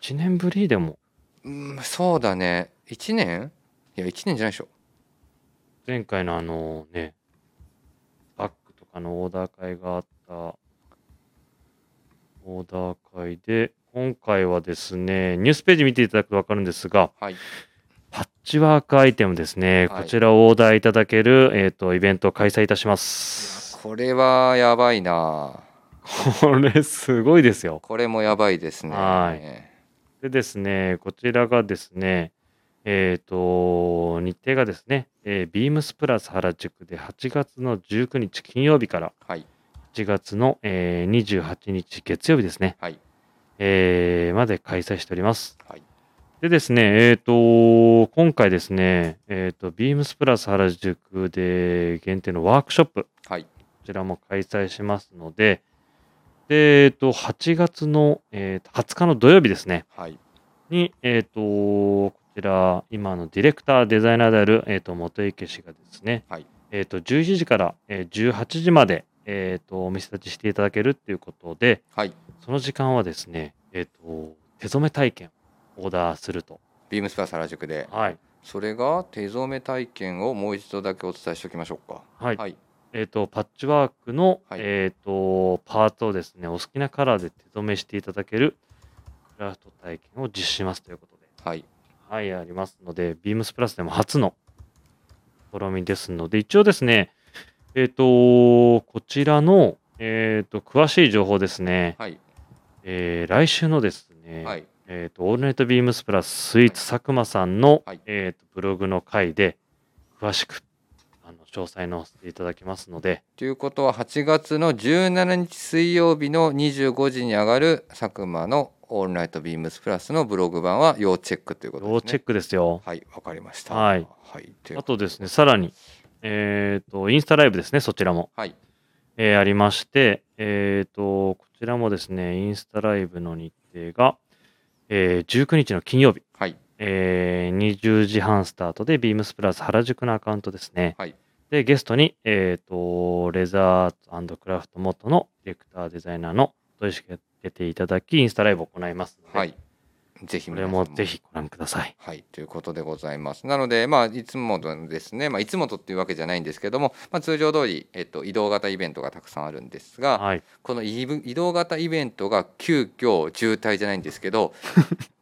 [SPEAKER 2] 1年ぶりでも、
[SPEAKER 1] うんそうだね、1年いや、1年じゃないでしょ。
[SPEAKER 2] 前回のあのね、バッグとかのオーダー会があった、オーダー会で、今回はですね、ニュースページ見ていただくと分かるんですが、
[SPEAKER 1] はい、
[SPEAKER 2] パッチワークアイテムですね。
[SPEAKER 1] はい
[SPEAKER 2] こちらをオーダーいただける、えっ、と、イベントを開催いたします。
[SPEAKER 1] これはやばいな、
[SPEAKER 2] これ、すごいですよ。
[SPEAKER 1] これもやばいですね。
[SPEAKER 2] はでですね、こちらがですね、えっ、と、日程がですね、えービームスプラス原宿で8月の19日金曜日から
[SPEAKER 1] はい、
[SPEAKER 2] 8月の、えー28日月曜日ですね、
[SPEAKER 1] はい、
[SPEAKER 2] えーまで開催しております。
[SPEAKER 1] はい、
[SPEAKER 2] でですね、えっ、と、今回ですね、えっ、と、ビームスプラス原宿で限定のワークショップ、
[SPEAKER 1] はい、
[SPEAKER 2] こちらも開催しますので、で、えっ、と、8月の、えー20日の土曜日ですね、
[SPEAKER 1] はい、
[SPEAKER 2] に、えっ、と、こちら、今のディレクター、デザイナーである、えっ、と、元池氏がですね、
[SPEAKER 1] はい
[SPEAKER 2] えっ、と、11時から、えー18時まで、えっ、と、お店立ちしていただけるっていうことで、
[SPEAKER 1] はい、
[SPEAKER 2] その時間はですね、えっ、と、手染め体験をオーダーすると。
[SPEAKER 1] ビームスプラス原宿で。
[SPEAKER 2] はい。
[SPEAKER 1] それが手染め体験をもう一度だけお伝えしておきましょうか。
[SPEAKER 2] はい。
[SPEAKER 1] はい、
[SPEAKER 2] えっ、と、パッチワークの、
[SPEAKER 1] はい
[SPEAKER 2] えっ、と、パーツをですね、お好きなカラーで手染めしていただけるクラフト体験を実施しますということで。
[SPEAKER 1] はい、
[SPEAKER 2] はい、ありますので、ビームスプラスでも初の試みですので、一応ですね、えっ、と、こちらの、えっ、と、詳しい情報ですね、
[SPEAKER 1] はい、
[SPEAKER 2] えー来週のですね、
[SPEAKER 1] はい、
[SPEAKER 2] えっ、と、オールナイトビームスプラススイーツ佐久間さんの、
[SPEAKER 1] はい
[SPEAKER 2] えっ、と、ブログの回で、詳しく、あの、詳細載せていただきますので、
[SPEAKER 1] ということは8月の17日水曜日の25時に上がる佐久間の「オールナイトビームスプラス」のブログ版は要チェックということですね。
[SPEAKER 2] 要チェックですよ。
[SPEAKER 1] はい、わかりました。
[SPEAKER 2] はい
[SPEAKER 1] はい、という
[SPEAKER 2] あとですね、さらに、えっ、と、インスタライブですね、そちらも。
[SPEAKER 1] はい、
[SPEAKER 2] えーありまして、えー、とこちらもですね、インスタライブの日程が、えー19日の金曜日、
[SPEAKER 1] はい、
[SPEAKER 2] えー20時半スタートで、ビームスプラス原宿のアカウントですね。
[SPEAKER 1] はい
[SPEAKER 2] で、ゲストに、えー、とレザーズクラフト元のディレクターデザイナーの土井しげ出ていただき、インスタライブを行いますので、
[SPEAKER 1] はい、ぜひ
[SPEAKER 2] こ
[SPEAKER 1] 皆
[SPEAKER 2] れ
[SPEAKER 1] さん
[SPEAKER 2] もぜひご覧ください。
[SPEAKER 1] はい、ということでございます。なので、まあ、いつものですね、まあ、いつもとっていうわけじゃないんですけども、まあ、通常通り、えっと、移動型イベントがたくさんあるんですが、
[SPEAKER 2] はい、
[SPEAKER 1] このイブ移動型イベントが急遽渋滞じゃないんですけ ど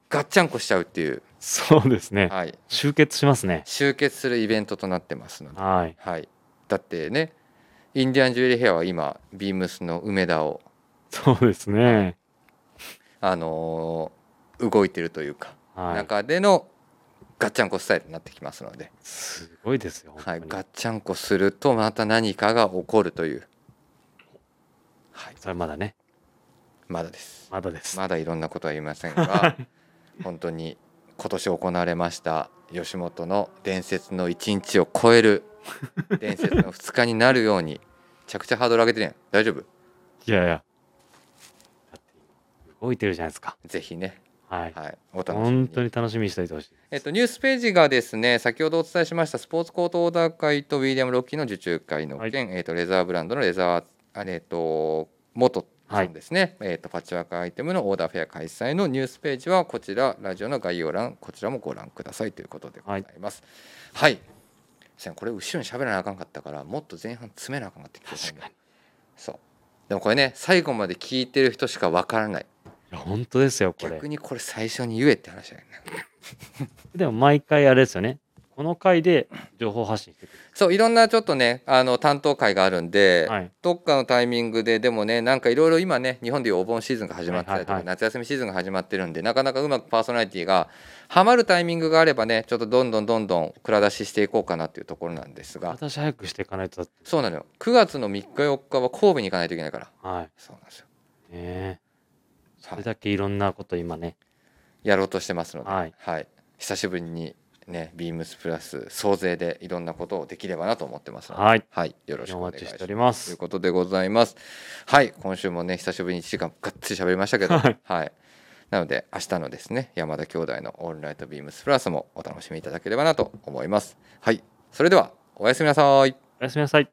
[SPEAKER 1] ガッチャンコしちゃうっていう、
[SPEAKER 2] そうですね、
[SPEAKER 1] はい、
[SPEAKER 2] 集結しますね。
[SPEAKER 1] 集結するイベントとなってますので、
[SPEAKER 2] はい、
[SPEAKER 1] はい、だってねインディアンジュエリーヘアは今ビームスの梅田を、
[SPEAKER 2] そうですね。
[SPEAKER 1] あのー動いてるというか、
[SPEAKER 2] はい、
[SPEAKER 1] 中でのガッチャンコスタイルになってきますので、
[SPEAKER 2] すごいですよ。
[SPEAKER 1] はい、
[SPEAKER 2] 本当に
[SPEAKER 1] ガッチャンコするとまた何かが起こるという、はい、
[SPEAKER 2] それまだね、
[SPEAKER 1] まだです
[SPEAKER 2] まだです。
[SPEAKER 1] まだいろんなことは言いませんが本当に今年行われました吉本の伝説の1日を超える伝説の2日になるようにめちゃくちゃハードル上げてるやん大丈夫
[SPEAKER 2] いやいや。だって動いてるじゃないですか。
[SPEAKER 1] ぜひね、
[SPEAKER 2] はい。
[SPEAKER 1] はい、お楽しみに
[SPEAKER 2] 本当に楽しみにしておいてほしい。
[SPEAKER 1] えっと、ニュースページがですね先ほどお伝えしましたスポーツコートオーダー会とウィリアム・ロッキーの受注会の件、えっと、レザーブランドのレザーあれ、えっと、元さんですね、えっと、パッチワークアイテムのオーダーフェア開催のニュースページはこちらラジオの概要欄こちらもご覧くださいということでございます。はい、せんこれ後ろに喋らなあかんかったからもっと前半詰めなあかんかった気がする
[SPEAKER 2] 確かに。
[SPEAKER 1] そうでもこれね最後まで聞いてる人しかわからない
[SPEAKER 2] いや本当ですよ、これ
[SPEAKER 1] 逆。にこれ最初に言えって話だよね。
[SPEAKER 2] でも毎回あれですよね。この回で情報発信してく
[SPEAKER 1] そういろんなちょっとねあの担当会があるんで、
[SPEAKER 2] る。はい。
[SPEAKER 1] どっかのタイミングででもねなんかいろいろ今ね日本でいうお盆シーズンが始まってたりとか、
[SPEAKER 2] はいはいはい
[SPEAKER 1] 夏休みシーズンが始まってるんでなかなかうまくパーソナリティがハマるタイミングがあればねちょっとどんどんどんどん蔵出ししていこうかなっていうところなんですが
[SPEAKER 2] 私早くしていかないとだって。
[SPEAKER 1] そうなのよ9月の3日4日は神戸に行かないといけないから
[SPEAKER 2] はい。
[SPEAKER 1] そうなんですよ、
[SPEAKER 2] ねえそ
[SPEAKER 1] は
[SPEAKER 2] れ
[SPEAKER 1] い、
[SPEAKER 2] だけいろんなこと今ね。
[SPEAKER 1] やろうとしてますので、
[SPEAKER 2] はい。
[SPEAKER 1] 久しぶりにねビームスプラス総勢でいろんなことをできればなと思ってますので、
[SPEAKER 2] はい。
[SPEAKER 1] はい、よろしく
[SPEAKER 2] お
[SPEAKER 1] お願い
[SPEAKER 2] 待
[SPEAKER 1] し
[SPEAKER 2] ちし
[SPEAKER 1] ま
[SPEAKER 2] て
[SPEAKER 1] す
[SPEAKER 2] お。りま
[SPEAKER 1] という
[SPEAKER 2] す。
[SPEAKER 1] ことでございます。はい、今週もね、久しぶりに1時間がっつり喋りましたけど、
[SPEAKER 2] はい
[SPEAKER 1] はい。なので、明日のですね、山田兄弟のオールナイトビームスプラスもお楽しみいただければなと思います。はい、それでは、おやすみなさい。
[SPEAKER 2] おやすみなさい。